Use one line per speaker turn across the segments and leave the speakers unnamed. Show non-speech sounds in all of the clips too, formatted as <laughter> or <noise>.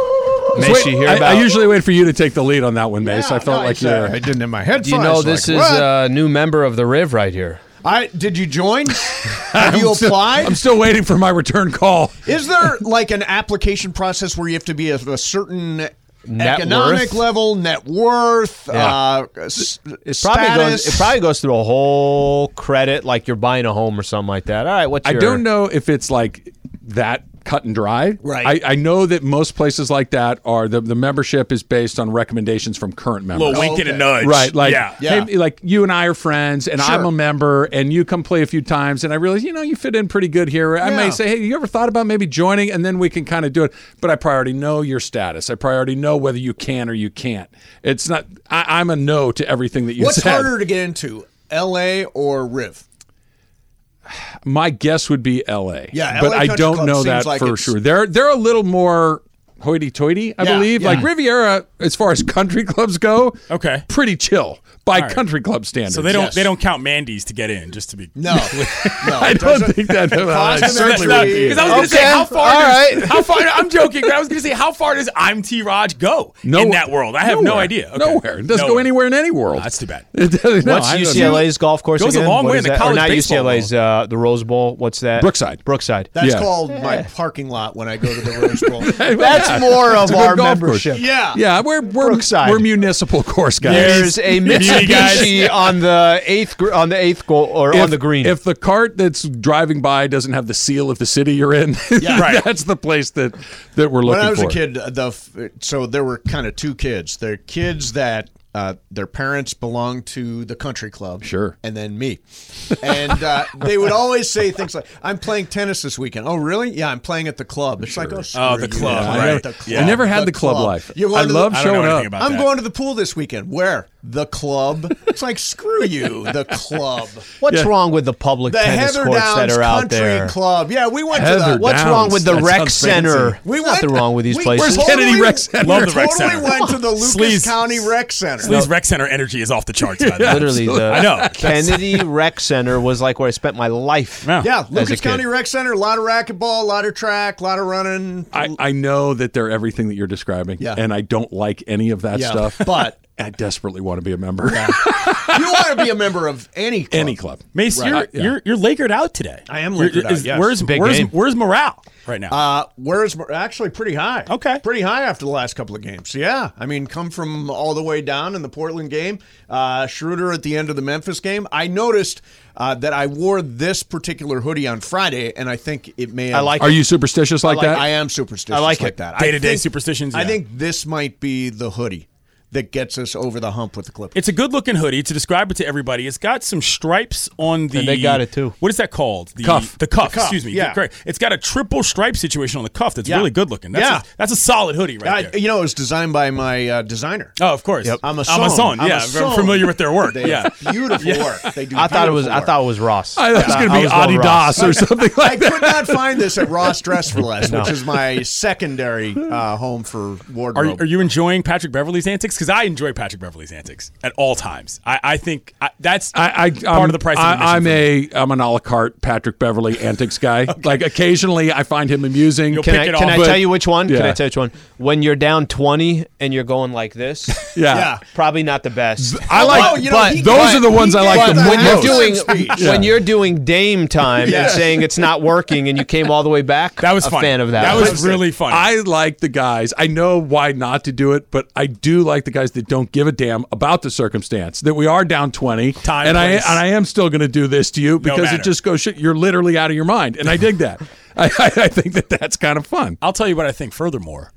was
Mace, you
waiting.
hear
I, I
about-
usually wait for you to take the lead on that one, Mace. I felt
no,
like
I-
you're.
I didn't in my head.
Do you
flash,
know
like,
this is
what?
a new member of the Riv right here?
I did
<laughs>
you join? Have you applied?
I'm still waiting for my return call.
Is there like an application process where you have to be of a certain
Net
economic
worth?
level, net worth, uh, s-
Probably goes,
status?
it probably goes through a whole credit, like you're buying a home or something like that. All right, what's
I
your,
don't know if it's like that cut and dry.
Right.
I, I know that most places like that are the, the membership is based on recommendations from current members.
little wink and a
okay.
nudge.
Right, like
yeah.
Yeah.
hey, like you and I are friends, and I'm
Sure.
a member, and you come play a few times, and I realize you know you fit in pretty good here. I
Yeah.
may say, hey, you ever thought about maybe joining, and then we can kind of do it. But I priority know your status. I priority know whether you can or you can't. It's not. I, I'm a no to everything that you
What's
said.
harder to get into, L.A. or Riv?
My guess would be L.A.
Yeah,
but
LA
I
Country
don't
Club
know
seems
that
like
for
it's-
sure. They're they're a little more hoity-toity, I
Yeah,
believe.
yeah.
Like Riviera, as far as country clubs go,
Okay.
pretty chill by
right.
country club standards.
So they don't
Yes.
they don't count Mandy's to get in. Just to be <laughs>
No, no.
I don't think
<laughs>
that.
Cost
I
of
certainly
entry.
would
Not-
be.
Because I was going to say,
Okay,
how far?
all
does-
right.
How far? I'm joking. But I was going to say, how far does I'm T. Raj go in that world? I have no
Nowhere.
idea. Okay.
Nowhere. It doesn't go
Nowhere.
anywhere in any world.
that's too bad.
<laughs> It doesn't- <laughs> no,
What's
I don't-
UCLA's golf course?
Goes a
again?
long
What
way
is
in
that?
the
Or
college
not
baseball
UCLA's, uh, the Rose Bowl. What's that?
Brookside.
Brookside.
That's
Yeah.
called my parking lot when I go to the Rose
<laughs>
Bowl.
That's more of
It's a good
our
golf course.
membership.
yeah,
Yeah, we're we're
Brookside.
we're municipal course guys. <laughs>
There's a
Beauty guys.
Mitsubishi on the eighth gr- on the eighth goal or on the green.
If the cart that's driving by doesn't have the seal of the city you're in, <laughs>
Yeah.
Right.
that's the place that that we're looking
when I was
for.
a kid, the f- so there were kind of two kids. The kids that uh, their parents belonged to the country club,
Sure.
and then me, and uh, they would always say things like, "I'm playing tennis this weekend." Oh, really? Yeah, I'm playing at the club. It's like, oh, screw
Oh, the
you.
club,
I'm
right.
at the
I
club.
I never had the, club, life.
You
I
going to the-
love
I don't know
showing up.
anything about
I'm
that.
going to the pool this weekend. Where the club? It's like screw you, the club.
What's wrong with the public
The
tennis
Heather
courts
Downs
that are out
Country
there?
<laughs>
Club. Yeah, we went to
Heather
the.
Downs.
What's wrong with the
That
rec
sounds fancy.
center?
We went,
Nothing wrong with these
we
places.
Where's Kennedy Rec Center?
Love the rec
totally
center.
<laughs>
went to the Lucas
Sleaze-
County Rec Center.
Lee's rec center energy is off the charts.
<laughs>
By the way.
Literally, the
I know.
<laughs> Kennedy Rec Center was like where I spent my life.
Yeah.
Yeah,
as a
Lucas
kid.
County Rec Center, a lot of racquetball, a lot of track, a lot of running.
I, I know that they're everything that you're describing,
Yeah.
and I don't like any of that
Yeah,
stuff.
but-
<laughs> I desperately want to be a member.
you want to be a member of any club.
<laughs> Any club.
Mace,
Right.
you're,
I- yeah.
you're you're Lakered out today.
I am
You're-
Lakered out,
is-
yes.
Where's
Big
where's
game.
where's morale right now?
Uh, where's actually pretty high?
Okay.
pretty high after the last couple of games. Yeah, I mean, come from all the way down in the Portland game. Uh, Schroeder at the end of the Memphis game. I noticed uh, that I wore this particular hoodie on Friday, and I think it may.
I
Have,
like
Are you superstitious like, that?
I am superstitious.
I like it.
that. I
Day-to-day
think-
superstitions,
I
yeah.
think this might be the hoodie that gets us over the hump with the Clippers.
It's a good looking hoodie. To describe it to everybody, it's got some stripes on the.
And they got it, too.
What is that called? The
Cuff.
The cuff.
The cuff,
Excuse me.
yeah.
Correct. It's got a triple stripe situation on the cuff that's
Yeah.
really good looking. That's
Yeah.
A, that's a solid hoodie right
I,
there.
you know, it was designed by my uh, designer.
Oh, of course.
I'm a son.
Amazon.
I'm a
Yeah,
son.
I'm familiar with their work.
They
yeah.
have beautiful work. They do.
I thought it was.
beautiful
I
work.
thought it was Ross.
I thought it was going to be
I was Little Ross.
Adidas or something
I
like that.
could not find this at Ross Dress for
<laughs>
Less, which is my
<laughs>
secondary uh, home for
Are,
wardrobe.
you- are you enjoying Patrick Beverly's antics? Because I enjoy Patrick Beverly's antics at all times. I, I think I, that's
I, I,
part
I'm-
of the price. of admission
I, I'm
for me.
a I'm an a la carte Patrick Beverly antics guy. Like occasionally, I find him amusing.
You'll
Can
pick
I,
it
can
off,
I
but-
tell you which one? Can
Yeah.
I tell you which one? When you're down 20 and you're going like this,
<laughs> Yeah.
Yeah.
probably not the best.
I like
Well, you know,
but
he-
those
but
are the ones
he
I
gave
like
But
the
that
when
most.
you're
halftime
doing
speech.
Yeah.
when you're doing Dame time
Yeah.
and saying it's not working and you came all the way back,
that was
a
fun.
fan of that.
That
one.
was really fun.
I like the guys. I know why not to do it, but I do like the guys that don't give a damn about the circumstance that we are down twenty.
Time,
and I
place.
and I am still going to do this to you because
matter.
it just goes shit. You're literally out of your mind, and I dig <laughs> that. I, <laughs> I, I think that that's kind of fun.
I'll tell you what I think. Furthermore,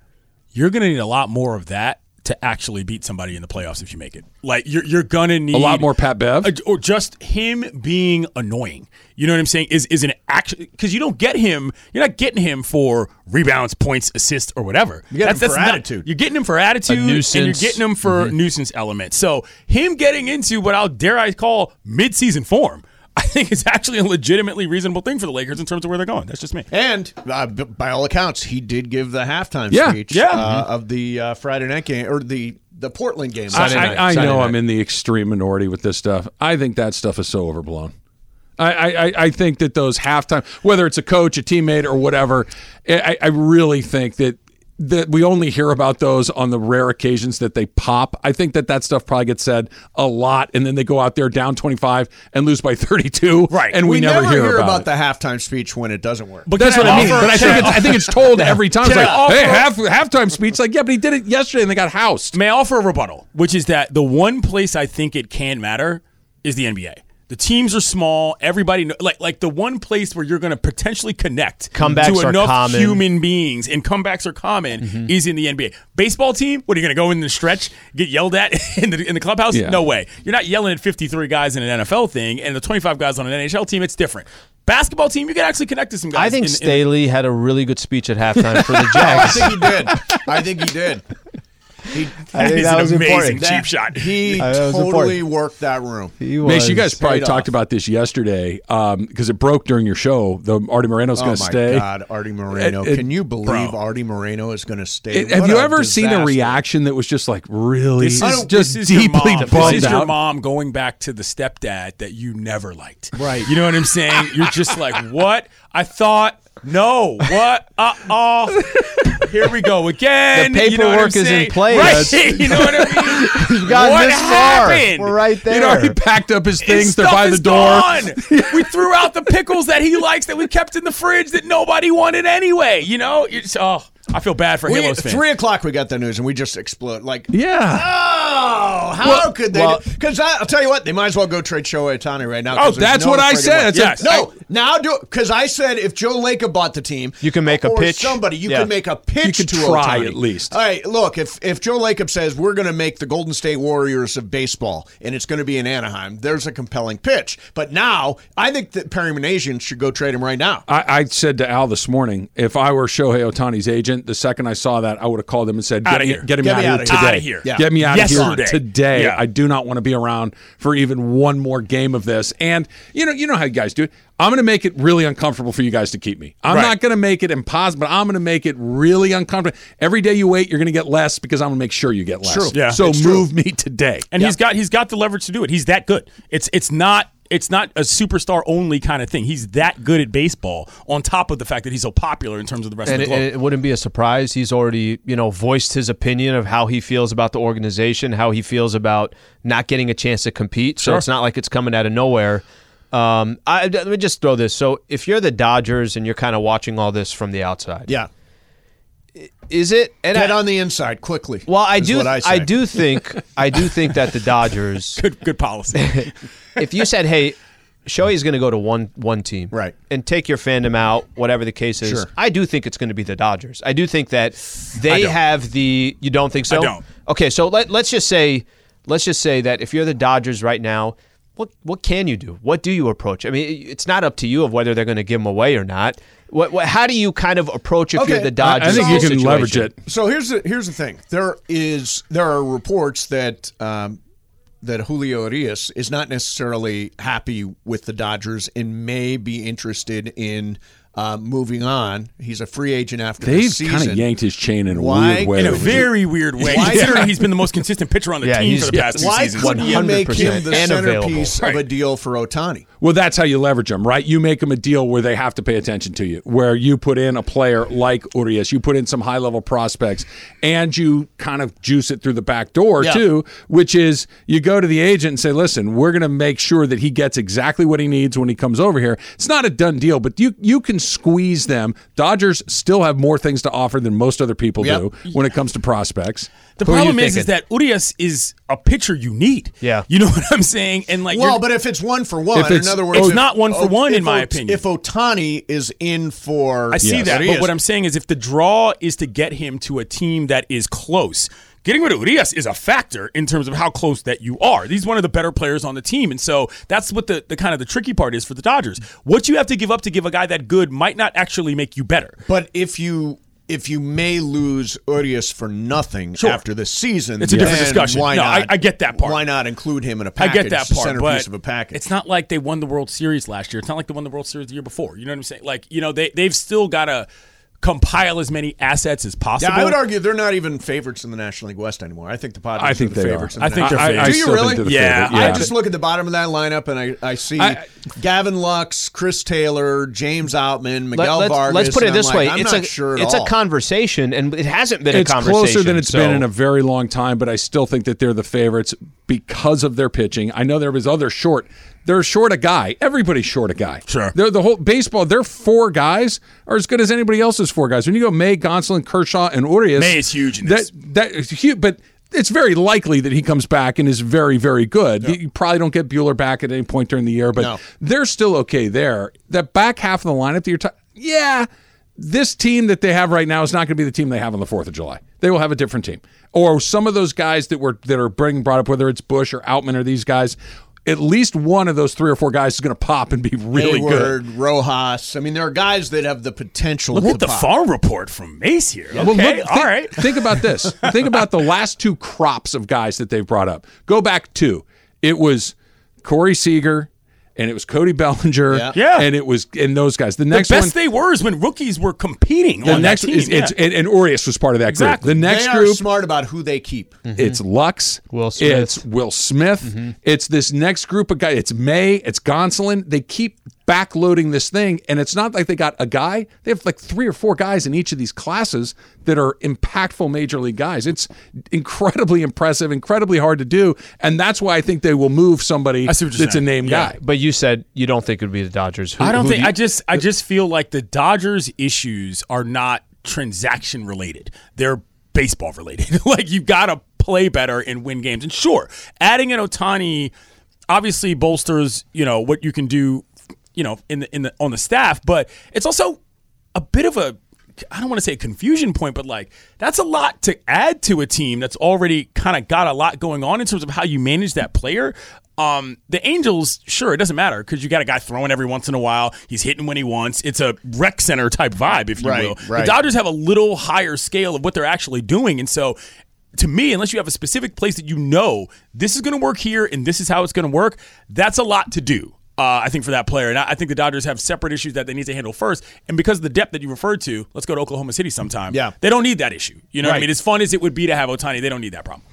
you're going to need a lot more of that to actually beat somebody in the playoffs if you make it. Like you're you're going to need
A lot more Pat Bev.
Uh, or just him being annoying. You know what I'm saying? Is is an action because you don't get him. You're not getting him for rebounds, points, assists, or whatever. You
get him for attitude. Mm-hmm.
You're getting him for attitude,
A
and you're
nuisance.
getting him for nuisance element. So him getting into what I'll dare I call midseason form. <laughs> I think is actually a legitimately reasonable thing for the Lakers in terms of where they're going. That's just me.
And uh, b- by all accounts, he did give the halftime
Yeah,
speech
yeah. Mm-hmm.
Uh, of the uh, Friday night game or the the Portland game. Uh,
I,
last night.
I, I
Sunday
know
night.
I'm in the extreme minority with this stuff. I think that stuff is so overblown. I, I, I- I think that those halftime, whether it's a coach, a teammate, or whatever, I, I I really think that that we only hear about those on the rare occasions that they pop. I think that that stuff probably gets said a lot, and then they go out there down 25 and lose by <laughs> 32,
Right.
And we, never, hear, about,
about
it.
the halftime speech when it doesn't work.
But that's
Can
what
I
I mean.
offer-
But I
can
think it's, I think it's told every time. It's
Can
like,
I offer-
hey, half halftime speech. Like, yeah, but he did it yesterday and they got housed.
May I offer a rebuttal, which is that the one place I think it can matter is the NBA. The teams are small. Everybody kn- like like the one place where you're going to potentially connect
Comebacks
to
are
enough
common. Mm-hmm.
human beings, and comebacks are common, is in the NBA. Baseball team, what are you going to go in the stretch, get yelled at <laughs> in the in the clubhouse?
Yeah.
No way. You're not yelling at 53 guys in an NFL thing, and the 25 guys on an NHL team. It's different. Basketball team, you can actually connect to some guys.
I think
in- in- <laughs>
Staley had a really good speech at halftime
<laughs>
for the
I
Jags.
think he did. I think he did. He,
I
<laughs>
that
think
is
that
an
was
amazing
important.
cheap shot.
He
I thought it was
totally worked that room.
He
Mace, you guys
was-
probably
Straight
talked about this yesterday because it broke during your show. The Artie Moreno's
Oh my
going to stay.
God, Artie Moreno!
It- it-
Can you believe
bro.
Artie Moreno is going to stay?
It- have
What
you
a
ever seen a
disaster.
reaction that was just like, really?
This
I
is
don't-
just
this is your
deeply
mom.
bummed
This is your
out.
mom going back to the stepdad that you never liked. Right. You know what I'm saying? You're just like, what? I thought. No, what? Uh oh. Here we go again.
The
You know what I'm
paperwork is in
saying?
place.
Right. <laughs> you know what I
<laughs>
mean?
We got
what
this far.
happened?
We're right there.
He'd already packed up his
His
things. They're
stuff
by the
is
door.
gone. <laughs> we threw out the pickles that he likes that we kept in the fridge that nobody wanted anyway. You know? It's, oh, I feel bad for
We-
Halos fans.
three o'clock, we got the news, and we just explode. Like,
Yeah.
oh, how
Well-
could they?
well-
Because I'll tell you what, they might as well go trade Shohei Ohtani right now. 'cause
Oh,
there's
that's
no
what I
friggin'
said.
way.
It's
Yes.
like-
No, now do because I said if Joe Lake bought the team,
You can make a
or
pitch.
Somebody, you
Yeah.
can make a pitch.
You could
to
try
Ohtani.
at least.
All right, look if if Joe Lacob says we're going to make the Golden State Warriors of baseball, and it's going to be in Anaheim, there's a compelling pitch. But now I think that Perry Manasian should go trade him right now.
I, I said to Al this morning, if I were Shohei Otani's agent, the second I saw that, I would have called him and said, Get,
Outta
me-
here.
get him
Get
out,
me
of here
outta
today.
here.
Outta here. Yeah.
Get me out
Yesterday.
of here today.
Yeah.
I do not want to be around for even one more game of this. And you know, you know how you guys do it. I'm going to make it really uncomfortable for you guys to keep me. I'm
Right.
not going to make it impossible, but I'm going to make it really uncomfortable. Every day you wait, you're going to get less because I'm going to make sure you get less.
True.
Yeah.
So
It's
move me today.
and he's got he's got the leverage to do it. He's that good. It's it's not it's not a superstar only kind of thing. He's that good at baseball. On top of the fact that he's so popular in terms of the rest
and
of the
it,
globe.
and it wouldn't be a surprise. He's already, you know, voiced his opinion of how he feels about the organization, how he feels about not getting a chance to compete. So it's not like it's coming out of nowhere. Um, I, let me just throw this. So if you're the Dodgers and you're kind of watching all this from the outside,
yeah,
is it? And
get
I,
on the inside quickly.
well, I
is
do.
what
I,
say.
do think. I do think that the Dodgers.
good good policy.
<laughs> if you said, "Hey, Shohei's going to go to one one team,"
Right.
and take your fandom out, whatever the case is,
Sure.
I do think it's going to be the Dodgers. I do think that they
don't.
have the. You don't think so?
don't.
Okay, so let, let's just say, let's just say that if you're the Dodgers right now. What, what can you do? What do you approach? I mean, it's not up to you of whether they're going to give him away or not. What, what how do you kind of approach if you're
Okay.
the
I-
Dodgers?
I think
in
you can
this situation?
leverage it.
So here's the here's the thing. There is there are reports that um, that Julio Arias is not necessarily happy with the Dodgers and may be interested in uh, moving on. He's a free agent after
They've
this
kind
season.
of yanked his chain in a
Why-
weird way.
in a
over the
very weird way,
Why-
considering he's been the most consistent pitcher on the
Yeah,
team
he's-
for the past two
Why
seasons.
couldn't you make him the
100% and available.
centerpiece of a
Right.
deal for Otani?
Well, that's how you leverage them, right? You make them a deal where they have to pay attention to you, where you put in a player like Urias, you put in some high level prospects, and you kind of juice it through the back door,
Yeah.
too, which is you go to the agent and say, listen, we're going to make sure that he gets exactly what he needs when he comes over here. It's not a done deal, but you, you can squeeze them. Dodgers still have more things to offer than most other people
Yep.
do when it comes to prospects.
the
Who are you
problem is, is
thinking?
that Urias is a pitcher you need.
Yeah.
you know what I'm saying. And like,
Well,
you're-
but if it's one for one,
If it's-
in other words,
Oh, It's
if-
not one for
O-
one,
if
in my
O-
opinion.
If Otani is in for,
I see
Yes.
that,
Arias,
but what I'm saying is, if the draw is to get him to a team that is close, getting rid of Urias is a factor in terms of how close that you are. He's one of the better players on the team, and so that's what the, the kind of the tricky part is for the Dodgers. What you have to give up to give a guy that good might not actually make you better.
But if you if you may lose Urias for nothing
Sure.
after this season,
It's a different
then
discussion.
Why
No,
not?
I- I get that part.
Why not include him in a
I
package?
get that
the
part,
centerpiece
but
of a package.
it's not like they won the World Series last year. It's not like they won the World Series the year before. You know what I'm saying? Like you know they they've still got to compile as many assets as possible.
Yeah, I would argue they're not even favorites in the National League West anymore. I think the Padres
I think
are the
they
favorites.
are.
in the
I think
National
they're
League.
favorites.
Do
still
you
think
really?
they're the
Yeah,
favorite.
I just look at the bottom of that lineup and I, I see
I-
Gavin Lux, Chris Taylor, James Outman,
Let,
Miguel
us
Vargas.
let's put
and
it
I'm
this
like,
way:
I'm
it's
not
a
sure at
it's
all.
a conversation, and it hasn't been
it's
a conversation.
closer than it's
so-
been in a very long time, but I still think that they're the favorites because of their pitching. I know there was other short. They're short a guy. Everybody's short a guy.
Sure.
They're the whole baseball. Their four guys are as good as anybody else's four guys. When you go May, Gonsolin, Kershaw, and Urias,
May is huge in
that
this.
that is huge, but. It's very likely that he comes back and is very, very good. You probably don't get Bueller back at any point during the year, but
No.
they're still okay there. That back half of the lineup that you're talking, yeah, this team that they have right now is not going to be the team they have on the Fourth of July. They will have a different team, or some of those guys that were that are being brought up, whether it's Bush or Outman or these guys. At least one of those three or four guys is going to pop and be really good.
Hayward, Rojas. I mean, there are guys that have the potential.
Look
to
at the
pop.
farm report from Mace here. Okay,
Well, look,
all
think-
right.
Think about
<laughs>
this. think about the last two crops of guys that they've brought up. Go back two. It was Corey Seager, and it was Cody Bellinger,
Yeah.
Yeah.
and it was and those guys. The
The
next
best
one,
they were is when rookies were competing
the
on
next
that team.
is it's,
yeah.
and, and Urias was part of that
Exactly.
group. The
They
next
are
group, Mm-hmm.
smart about who they keep.
It's Lux.
Will Smith.
It's Will Smith.
Mm-hmm.
It's this next group of guys. It's May. It's Gonsolin. They keep backloading this thing, and it's not like they got a guy. They have like three or four guys in each of these classes that are impactful major league guys. It's incredibly impressive, incredibly hard to do, and that's why I think they will move somebody
I see what
that's
you're
a
saying.
name
Yeah.
guy.
But you said you don't think it would be the Dodgers. Who,
I don't
who
think
do you-
I just I just feel like the Dodgers issues are not transaction related. They're baseball related. <laughs> like you've got to play better and win games. And sure, adding an Otani obviously bolsters, you know, what you can do, you know, in the in the on the staff, but it's also a bit of a I don't want to say a confusion point, but like that's a lot to add to a team that's already kind of got a lot going on in terms of how you manage that player. Um, the Angels, sure, it doesn't matter because you got a guy throwing every once in a while. He's hitting when he wants. It's a rec center type vibe, if you
Right,
will.
right.
The Dodgers have a little higher scale of what they're actually doing, and so. To me, unless you have a specific place that you know this is going to work here and this is how it's going to work, that's a lot to do. Uh, I think for that player, and I, I think the Dodgers have separate issues that they need to handle first. And because of the depth that you referred to, let's go to Oklahoma City sometime.
Yeah.
they don't need that issue. You know, what I
Right.
mean, as fun as it would be to have Otani, they don't need that problem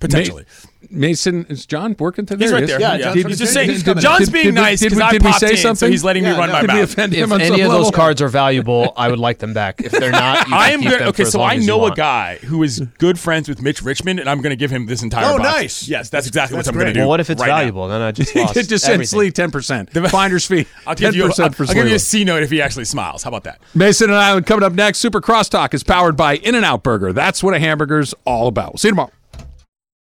potentially.
Ma- Mason is John working today.
He's right there.
Yeah,
Yeah,
John's
he's
coming
just saying
in. He's coming in.
John's
Did-
being
did we-
nice
did
because
we-
I
did we
popped
say
in, so
something?
he's letting me
Yeah,
run
no.
my
Did we
mouth.
offend him
if
on
any
some
of those
level?
cards are valuable, I would like them back. If they're not, you
<laughs> I
can
am
keep
gonna,
them for
okay.
as
So
long
I
as you
know a
want.
guy who is good friends with Mitch Richmond, and I'm going to give him this entire.
Oh,
box.
nice.
Yes, that's exactly
That's
what I'm going
great.
to do.
Well, what if it's
right now.
valuable? Then I
<laughs>
just lost
It just says
everything.
Lee ten percent. <laughs> Finder's fee.
I'll give you. I'll,
10% for
I'll give you a
Sliwa.
C note if he actually smiles. How about that?
Mason and Island coming up next. Super Crosstalk is powered by In N Out Burger. That's what a hamburger's all about. We'll see you tomorrow.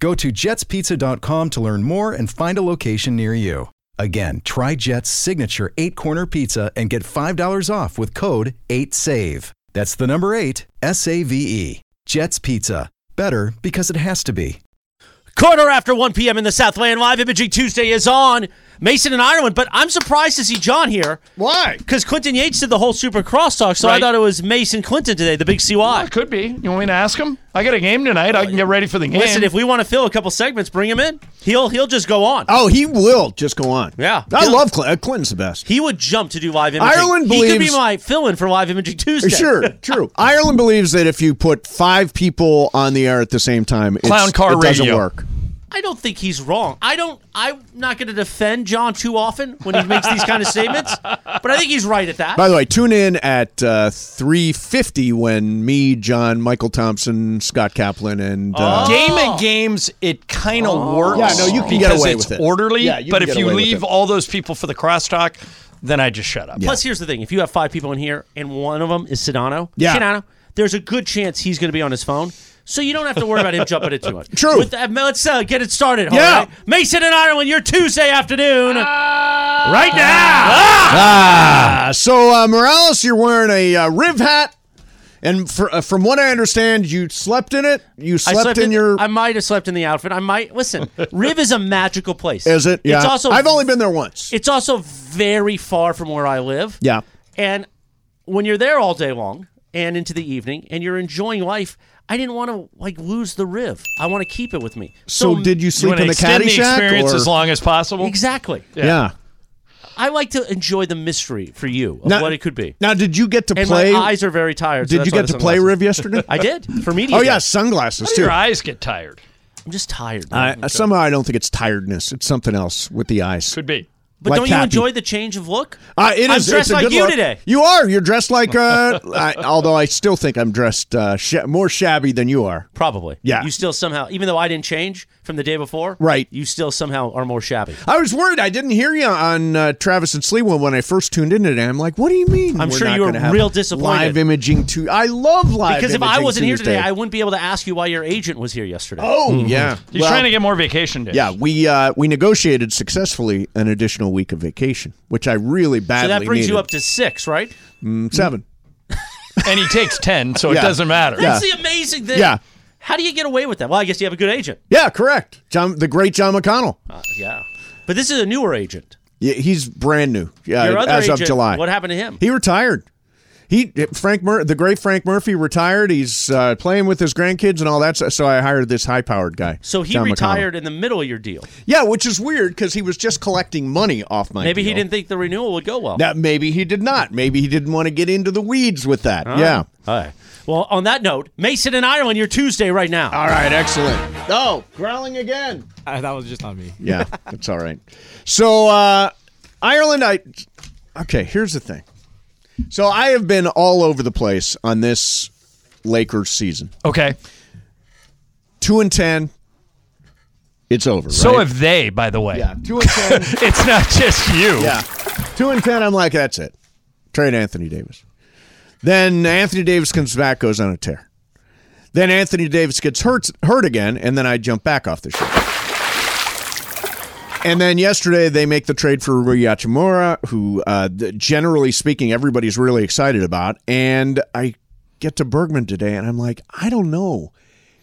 Go to jetspizza.com to learn more and find a location near you. Again, try Jet's signature eight corner pizza and get $5 off with code 8SAVE. That's the number eight, S A V E. Jet's Pizza. Better because it has to be.
Quarter after 1 p.m. in the Southland Live Imaging Tuesday is on. Mason and Ireland, but I'm surprised to see John here
Why?
because Clinton Yates did the whole Super Crosstalk, so I
Right.
thought it was Mason Clinton today, the big CY.
It could be. You want me to ask him? I got a game tonight. I can get ready for the game.
Listen, if we want to fill a couple segments, bring him in. He'll he'll just go on.
<laughs> Oh, he will just go on.
Yeah.
I
He'll-
love Clinton. Clinton's the best.
He would jump to do live imaging.
Ireland
he could be
believes-
my fill-in for live imaging Tuesday. <laughs>
Sure, true. Ireland believes that if you put five people on the air at the same time, it's,
Clown car
it doesn't
radio.
work.
I don't think he's wrong. I don't. I'm not going to defend John too often when he makes these kind of statements, but I think he's right at that.
By the way, tune in at uh, 350 when me, John, Michael Thompson, Scott Kaplan, and uh,
Oh. Game and games, it kind of works.
Oh. Yeah, no, you can get
because
away
it's
with it.
orderly.
Yeah, you
but
can
if
get
you
away with
leave
it.
all those people for the crosstalk, then I just shut up.
Plus, here's the thing: if you have five people in here and one of them is Sedano,
Yeah.
Sedano, there's a good chance he's going to be on his phone. So you don't have to worry about him jumping it too much.
<laughs> True.
With that, let's uh, get it started. all
Yeah.
right? Mason and Ireland, your Tuesday afternoon.
Right now.
Ah! Uh, so uh, Morales, you're wearing a uh, Riv hat, and for, uh, from what I understand, you slept in it. You
I
slept, in, your.
I might have slept in the outfit. I might
<laughs>
listen. Riv is a magical place.
is it? Yeah.
It's also
I've only been there once.
It's also very far from where I live.
Yeah.
And when you're there all day long and into the evening and you're enjoying life, I didn't want to like lose the riv. I want to keep it with me.
so, did you
You
sleep
want to
in the
extend the
Caddyshack?
experience
or-
as long as possible.
Exactly.
yeah.
I like to enjoy the mystery for you of
Now-
what it could be.
Now, did you get to
And
play?
my eyes are very tired. so
did
that's
you
why
get
the
to play
sunglasses.
Riv yesterday?
<laughs> I did for media.
oh
day.
yeah, sunglasses too.
Your eyes get tired.
I'm just tired. man.
I, Somehow, I don't think it's tiredness. It's something else with the eyes.
Could be.
but
like
don't you
Cappy.
enjoy the change of look?
Uh, it is.
I'm
it's
dressed
a
like
good
you
look.
today.
You are. You're dressed like. Uh, I, although I still think I'm dressed uh, sha more shabby than you are.
Probably.
Yeah.
You still somehow, even though I didn't change from the day before,
Right.
You still somehow are more shabby.
I was worried. I didn't hear you on uh, Travis and Sliwa when I first tuned in today. I'm like, what do you mean?
I'm
we're
sure
not
you were
gonna have
real disappointed.
Live imaging too. I love live.
Because if I
imaging
wasn't here
Tuesday.
today, I wouldn't be able to ask you why your agent was here yesterday.
oh yeah.
Mm-hmm. He's
Well,
trying to get more vacation days.
Yeah, we uh, we negotiated successfully an additional week of vacation, which I really badly
so that brings
needed. Mm,
you up to six, right?
seven.
And he takes 10, so
Yeah.
it doesn't matter.
Yeah.
That's the amazing thing.
Yeah.
How do you get away with that? Well, I guess you have a good agent.
Yeah, correct. John, the great John McConnell.
Uh, yeah. But this is a newer agent.
Yeah, he's brand new. Yeah,
Your other
as
agent,
of July.
what happened to him?
He retired. He Frank Mur- the great Frank Murphy retired. He's uh, playing with his grandkids and all that. So, so I hired this high powered guy.
So he
John McConnell.
retired in the middle of your deal.
Yeah, which is weird because he was just collecting money off my.
Maybe he
deal.
didn't think the renewal would go well.
That maybe he did not. Maybe he didn't want to get into the weeds with that. Yeah.
All right. Well, on that note, Mason and Ireland, your Tuesday right now.
All right. Excellent. Oh, growling again.
that was just on me.
Yeah, that's all right. So uh, Ireland, I okay. Here's the thing. So I have been all over the place on this Lakers season.
Okay.
Two and ten. It's over.
So
right?
have they, by the way.
yeah, two and
<laughs>
ten.
It's not just you.
yeah, two and ten. I'm like, that's it. Trade Anthony Davis. Then Anthony Davis comes back, goes on a tear. Then Anthony Davis gets hurt hurt again, and then I jump back off the ship. And then yesterday they make the trade for Rui Hachimura, who, uh, th- generally speaking, everybody's really excited about. And I get to Bergman today, and I'm like, I don't know.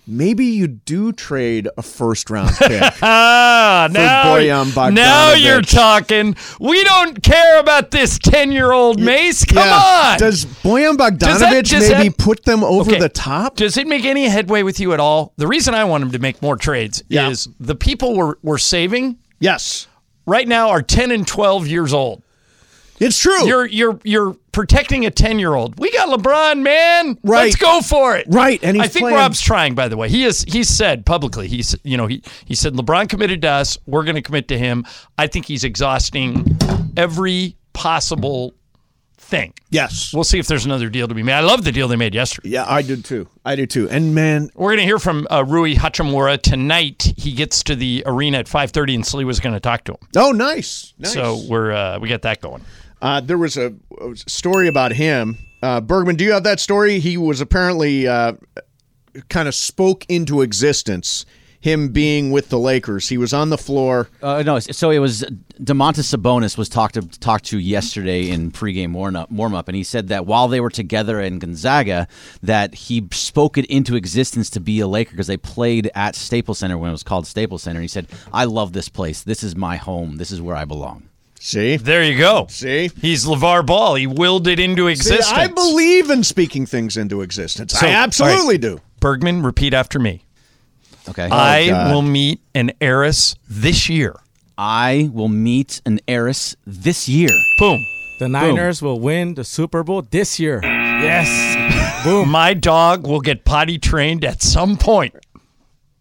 Maybe you do trade a first round pick.
Ah, <laughs> now,
Bojan
now
Bogdanovic.
you're talking. We don't care about this 10 year old Mace. Come
Yeah.
on.
Does Boyan Bogdanovich
Does that- does
maybe
that-
put them over
Okay.
the top?
Does it make any headway with you at all? The reason I want him to make more trades
Yeah.
is the people we're, we're saving
yes.
right now are 10 and 12 years old.
It's true.
You're you're you're protecting a 10-year-old. We got LeBron, man.
Right.
Let's go for it.
Right, and he's
I think
playing-
Rob's trying by the way. He is he's said publicly. He's you know, he he said LeBron committed to us. We're going to commit to him. I think he's exhausting every possible thing.
yes.
We'll see if there's another deal to be made. I love the deal they made yesterday.
yeah, I do too. I do too. And man,
We're going to hear from uh, Rui Hachimura tonight. He gets to the arena at 5:30, and Slee was going to talk to him.
oh, nice. Nice.
So we're uh, we got that going.
uh, there was a, a story about him. Uh, Bergman, do you have that story? He was apparently uh, kind of spoke into existence. Him being with the Lakers, he was on the floor.
Uh, no, so it was Demontis Sabonis was talked to talked to yesterday in pregame warm up, warm up, and he said that while they were together in Gonzaga, that he spoke it into existence to be a Laker because they played at Staples Center when it was called Staples Center. And he said, "I love this place. This is my home. This is where I belong."
See,
There you go.
See?
he's Levar Ball. He willed it into
See
existence.
I believe in speaking things into existence.
So,
I
all
absolutely
right.
do.
Bergman, repeat after me.
Okay,
Oh,
I will meet an heiress this year.
I will meet an heiress this year.
Boom.
The Niners will win the Super Bowl this year. Yes.
My dog will get potty trained at some point.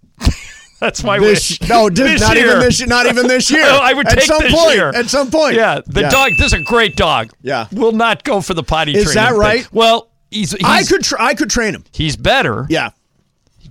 <laughs> That's my
This-
wish. <laughs>
no, just not even this year- not even this year.
I would
At
take
some
this
point,
year.
at some point.
Yeah, the
Yeah.
dog. This is a great dog.
Yeah,
will not go for the potty.
Is
training
that
thing.
right?
Well, he's,
I
he's-
could tr- I could train him.
He's better.
Yeah.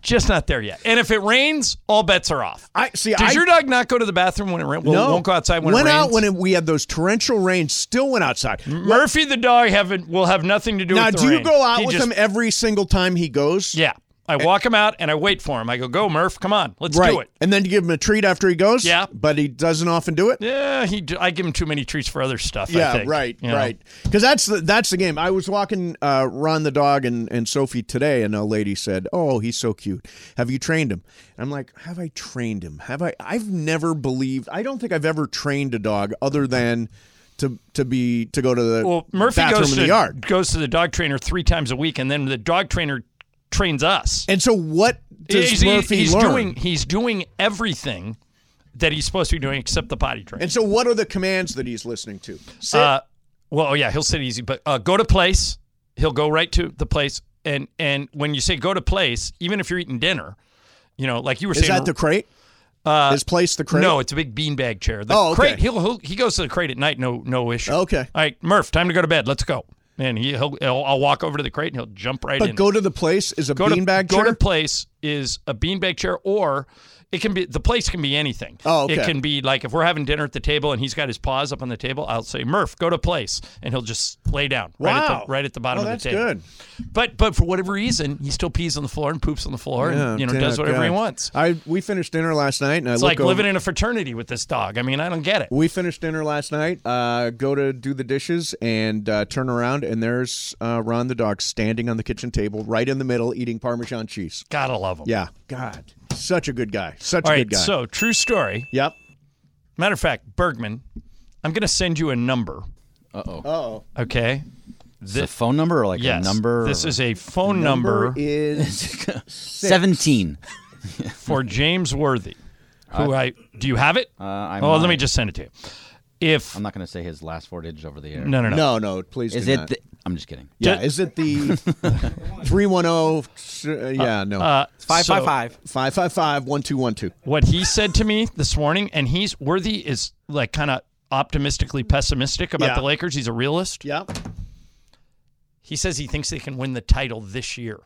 just not there yet. And if it rains, all bets are off.
I see.
Does
I-
your dog not go to the bathroom when it rains? Well, it won't go outside when
went
it rains.
out when it, we had those torrential rains. Still went outside.
Murphy the dog haven't will have nothing to do
now,
with the
do you
rain.
go out
He
with
just-
him every single time he goes?
Yeah, I walk him out and I wait for him. I go, go Murph, come on, let's
right.
do it.
And then you give him a treat after he goes.
Yeah.
but he doesn't often do it.
Yeah, he. I give him too many treats for other stuff. I
Yeah,
think,
right,
you know?
right. Because that's the that's the game. I was walking uh, Ron the dog and, and Sophie today, and a lady said, "Oh, he's so cute. Have you trained him?" And I'm like, "Have I trained him? Have I? I've never believed. I don't think I've ever trained a dog other than to to be to go to the
Well, Murphy
bathroom
goes
in
to
the yard."
goes to the dog trainer three times a week, and then the dog trainer trains us.
And so, what does
he's, he-
Murphy
he's
learn?
doing he's doing everything that he's supposed to be doing except the potty training.
and so, what are the commands that he's listening to? Sit.
Uh, well, oh, yeah, he'll sit easy, but uh, go to place. He'll go right to the place, and and when you say go to place, even if you're eating dinner, you know, like you were
is
saying,
that the crate?
uh,
Is place the crate?
No, it's a big beanbag chair. The
Oh, okay.
crate. He'll, he'll he goes to the crate at night. No no issue.
Okay.
All right, Murph, time to go to bed. Let's go. And he he'll, he'll I'll walk over to the crate and he'll jump right in.
But go to the place is a
Go to
beanbag
go
chair.
to place is a beanbag chair or. It can be the place can be anything.
Oh, okay.
It can be like if we're having dinner at the table and he's got his paws up on the table, I'll say, "Murph, go to place," and he'll just lay down right at
Wow.
the, right at the bottom
Oh,
of
that's
the table.
good.
But but for whatever reason, he still pees on the floor and poops on the floor
Yeah,
and you know
yeah,
does whatever he
God.
wants.
I we finished dinner last night, and I
It's
look
like
over-
living in a fraternity with this dog. I mean, I don't get it.
We finished dinner last night. Uh, go to do the dishes and uh, turn around, and there's uh, Ron the dog standing on the kitchen table, right in the middle, eating Parmesan cheese.
Gotta love him.
Yeah, God, such a good guy, such
All
a
right.
good guy.
So true story.
Yep.
Matter of fact, Bergman, I'm going to send you a number.
Uh oh. <laughs>
oh,
Okay.
Is it a phone number or like a
yes,
number
This
or-
is a phone
Number
number,
<laughs>
is
seventeen.
<laughs> for James Worthy, who I, do you have it?
Uh, I
oh, let
might.
me just send it to you. If
I'm not going to say his last four digits over the air.
No, no, no.
No, no, please
Is
do
it?
not.
The, I'm just kidding.
yeah,
Ju-
is
<laughs>
it the three one zero? Yeah, no,
uh, Five, so- five,
five five five five one two one two.
what he said to me this morning, and he's worthy is like kind of optimistically pessimistic about
Yeah.
the Lakers. He's a realist.
Yeah.
He says he thinks they can win the title this year.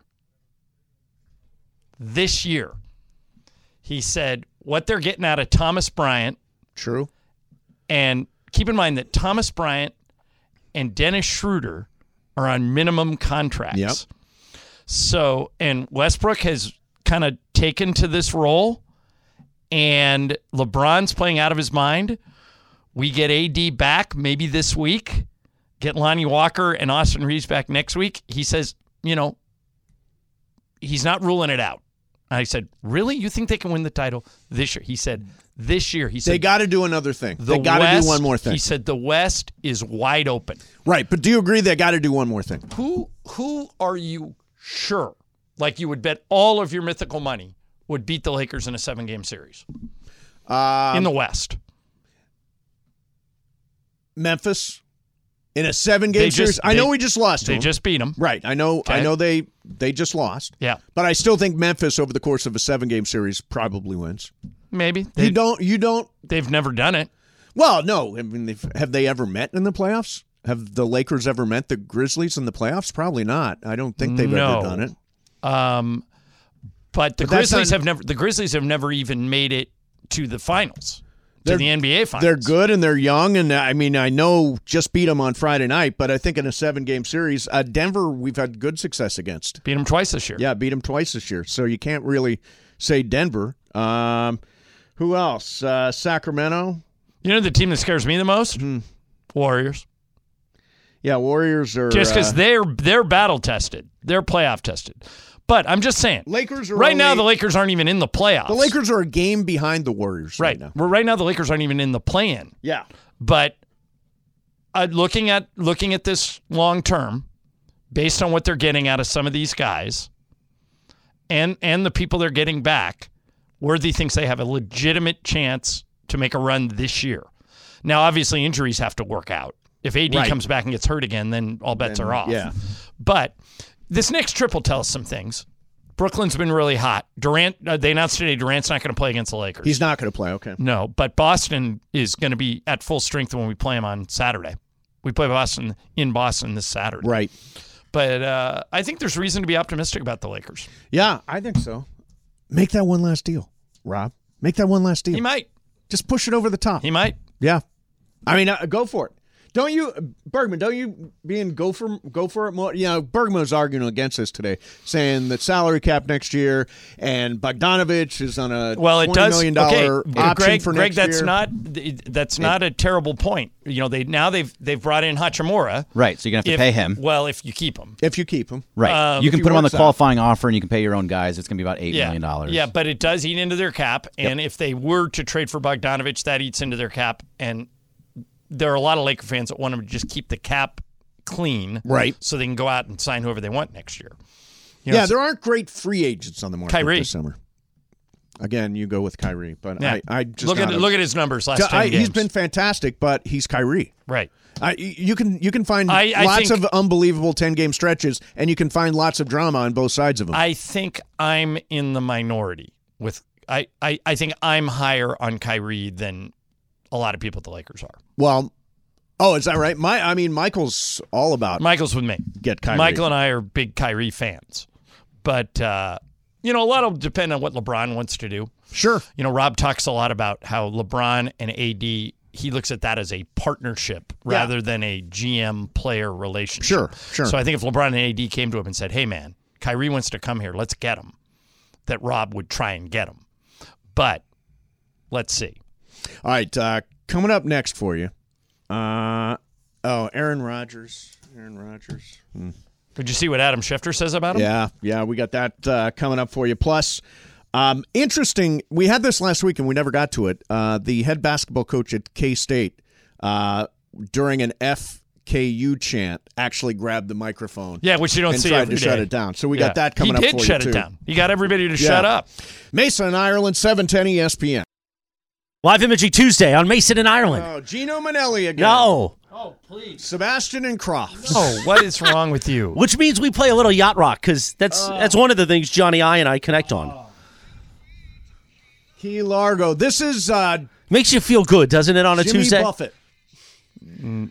This year. He said what they're getting out of Thomas Bryant.
True.
And keep in mind that Thomas Bryant and Dennis Schroeder are on minimum contracts.
Yep.
So, and Westbrook has kind of taken to this role, and LeBron's playing out of his mind. We get AD back maybe this week, get Lonnie Walker and Austin Reeves back next week. He says, you know, he's not ruling it out. I said, really? You think they can win the title this year? He said, this year. He said,
They got to do another thing. they got to
West-
do one more thing.
He said, the West is wide open.
Right, but do you agree they got to do one more thing?
Who who are you sure? Like you would bet all of your mythical money would beat the Lakers in a seven game series
Um,
in the West.
Memphis in a seven game
They just-
series. I know
they-
we just lost. to
They
them.
just beat them.
right. I know. I
Okay.
know they they just lost.
Yeah,
But I still think Memphis over the course of a seven game series probably wins.
maybe they,
you don't. You don't.
they've never done it.
Well, Oh, no. I mean, they've- have they ever met in the playoffs? Have the Lakers ever met the Grizzlies in the playoffs? Probably not. I don't think they've
No.
ever done it.
Um, but the
But that's
Grizzlies
not-
have never the Grizzlies have never even made it to the finals to
They're-
the NBA finals.
They're good and they're young, and I mean, I know just beat them on Friday night, but I think in a seven game series, uh, Denver we've had good success against.
Beat them twice this year.
Yeah, beat them twice this year. So you can't really say Denver. Um, who else? Uh, Sacramento. Hmm.
You know the team that scares me the most? Warriors.
Yeah, Warriors are
just because
uh,
they're they're battle tested, they're playoff tested. But I'm just saying,
Lakers are
right now
only-
the Lakers aren't even in the playoffs.
the Lakers are a game behind the Warriors right,
right?
now.
Well, right now the Lakers aren't even in the plan.
Yeah,
But uh, looking at looking at this long term, based on what they're getting out of some of these guys, and and the people they're getting back, Worthy thinks they have a legitimate chance to make a run this year. Now, obviously, injuries have to work out. If AD
Right.
comes back and gets hurt again, then all bets
Then,
are off.
yeah.
But this next trip will tell us some things. Brooklyn's been really hot. Durant, uh, they announced today Durant's not going to play against the Lakers.
He's not going to play. Okay.
No, but Boston is going to be at full strength when we play them on Saturday. We play Boston in Boston this Saturday.
Right.
But uh, I think there's reason to be optimistic about the Lakers.
Yeah, I think so. Make that one last deal, Rob. Make that one last deal. He
might.
Just push it over the top. He
might.
Yeah. I mean, uh, go for it. Don't you, uh, Bergman? Don't you being go for go for it more? You know, Bergman was arguing against this today, saying that salary cap next year and Bogdanovich is on a
Well, it
$20
does.
million
okay,
dollar
but
option
Greg,
for
Greg,
next
that's
year.
not that's not a terrible point. You know, they now they've they've brought in Hachimura.
Right, so you're gonna have to
If-
pay him.
Well, if you keep him,
if you keep him,
Right.
Um,
you
if
can
he
put them on the
works out.
qualifying offer and you can pay your own guys. It's going to be about eight million dollars.
Yeah, but it does eat into their cap, and if they were to trade for Bogdanovich, that eats into their cap, and there are a lot of Laker fans that want them to just keep the cap clean,
Right.
So they can go out and sign whoever they want next year. You know,
yeah,
so-
there aren't great free agents on the market
Kyrie.
this summer. Again, you go with Kyrie, but
Yeah.
I, I just
Look at-
not a-
look at his numbers last 10
He's
games.
been fantastic, but he's Kyrie.
Right.
I, you can you can find
I- I
lots
think-
of unbelievable ten game stretches, and you can find lots of drama on both sides of them.
I think I'm in the minority with I, I, I think I'm higher on Kyrie than a lot of people at the Lakers are.
well, oh, is that right? My I mean, Michael's all about
Michael's with me.
Get Kyrie.
Michael and I are big Kyrie fans, but uh, you know a lot will depend on what LeBron wants to do.
Sure.
You know Rob talks a lot about how LeBron and AD he looks at that as a partnership
Yeah.
rather than a GM player relationship.
Sure, sure.
So I think if LeBron and AD came to him and said, "Hey man, Kyrie wants to come here, let's get him," that Rob would try and get him. But let's see.
All right, uh, coming up next for you. Uh, oh, Aaron Rodgers. Aaron Rodgers. Hmm.
Did you see what Adam Schefter says about him?
Yeah, yeah, we got that uh, coming up for you. Plus, um, interesting. We had this last week and we never got to it. Uh, the head basketball coach at K State uh, during an FKU chant actually grabbed the microphone.
Yeah, which you don't
and
see
tried
every
to shut
day.
it down. So we
Yeah.
got that coming
he
up.
did
for
shut
you
it
too.
down. He got everybody to shut
Yeah.
up.
Mesa in Ireland, seven ten E ESPN.
Live Imagery Tuesday on Mason in Ireland.
Oh, Gino Manelli again.
No.
Oh, please. Sebastian and Crofts.
Oh, what is wrong with you?
Which means we play a little yacht rock because that's that's one of the things Johnny I and I connect on.
Key Largo. This is uh,
Makes you feel good, doesn't it? On a
Jimmy
Tuesday. Mm,
Buffett.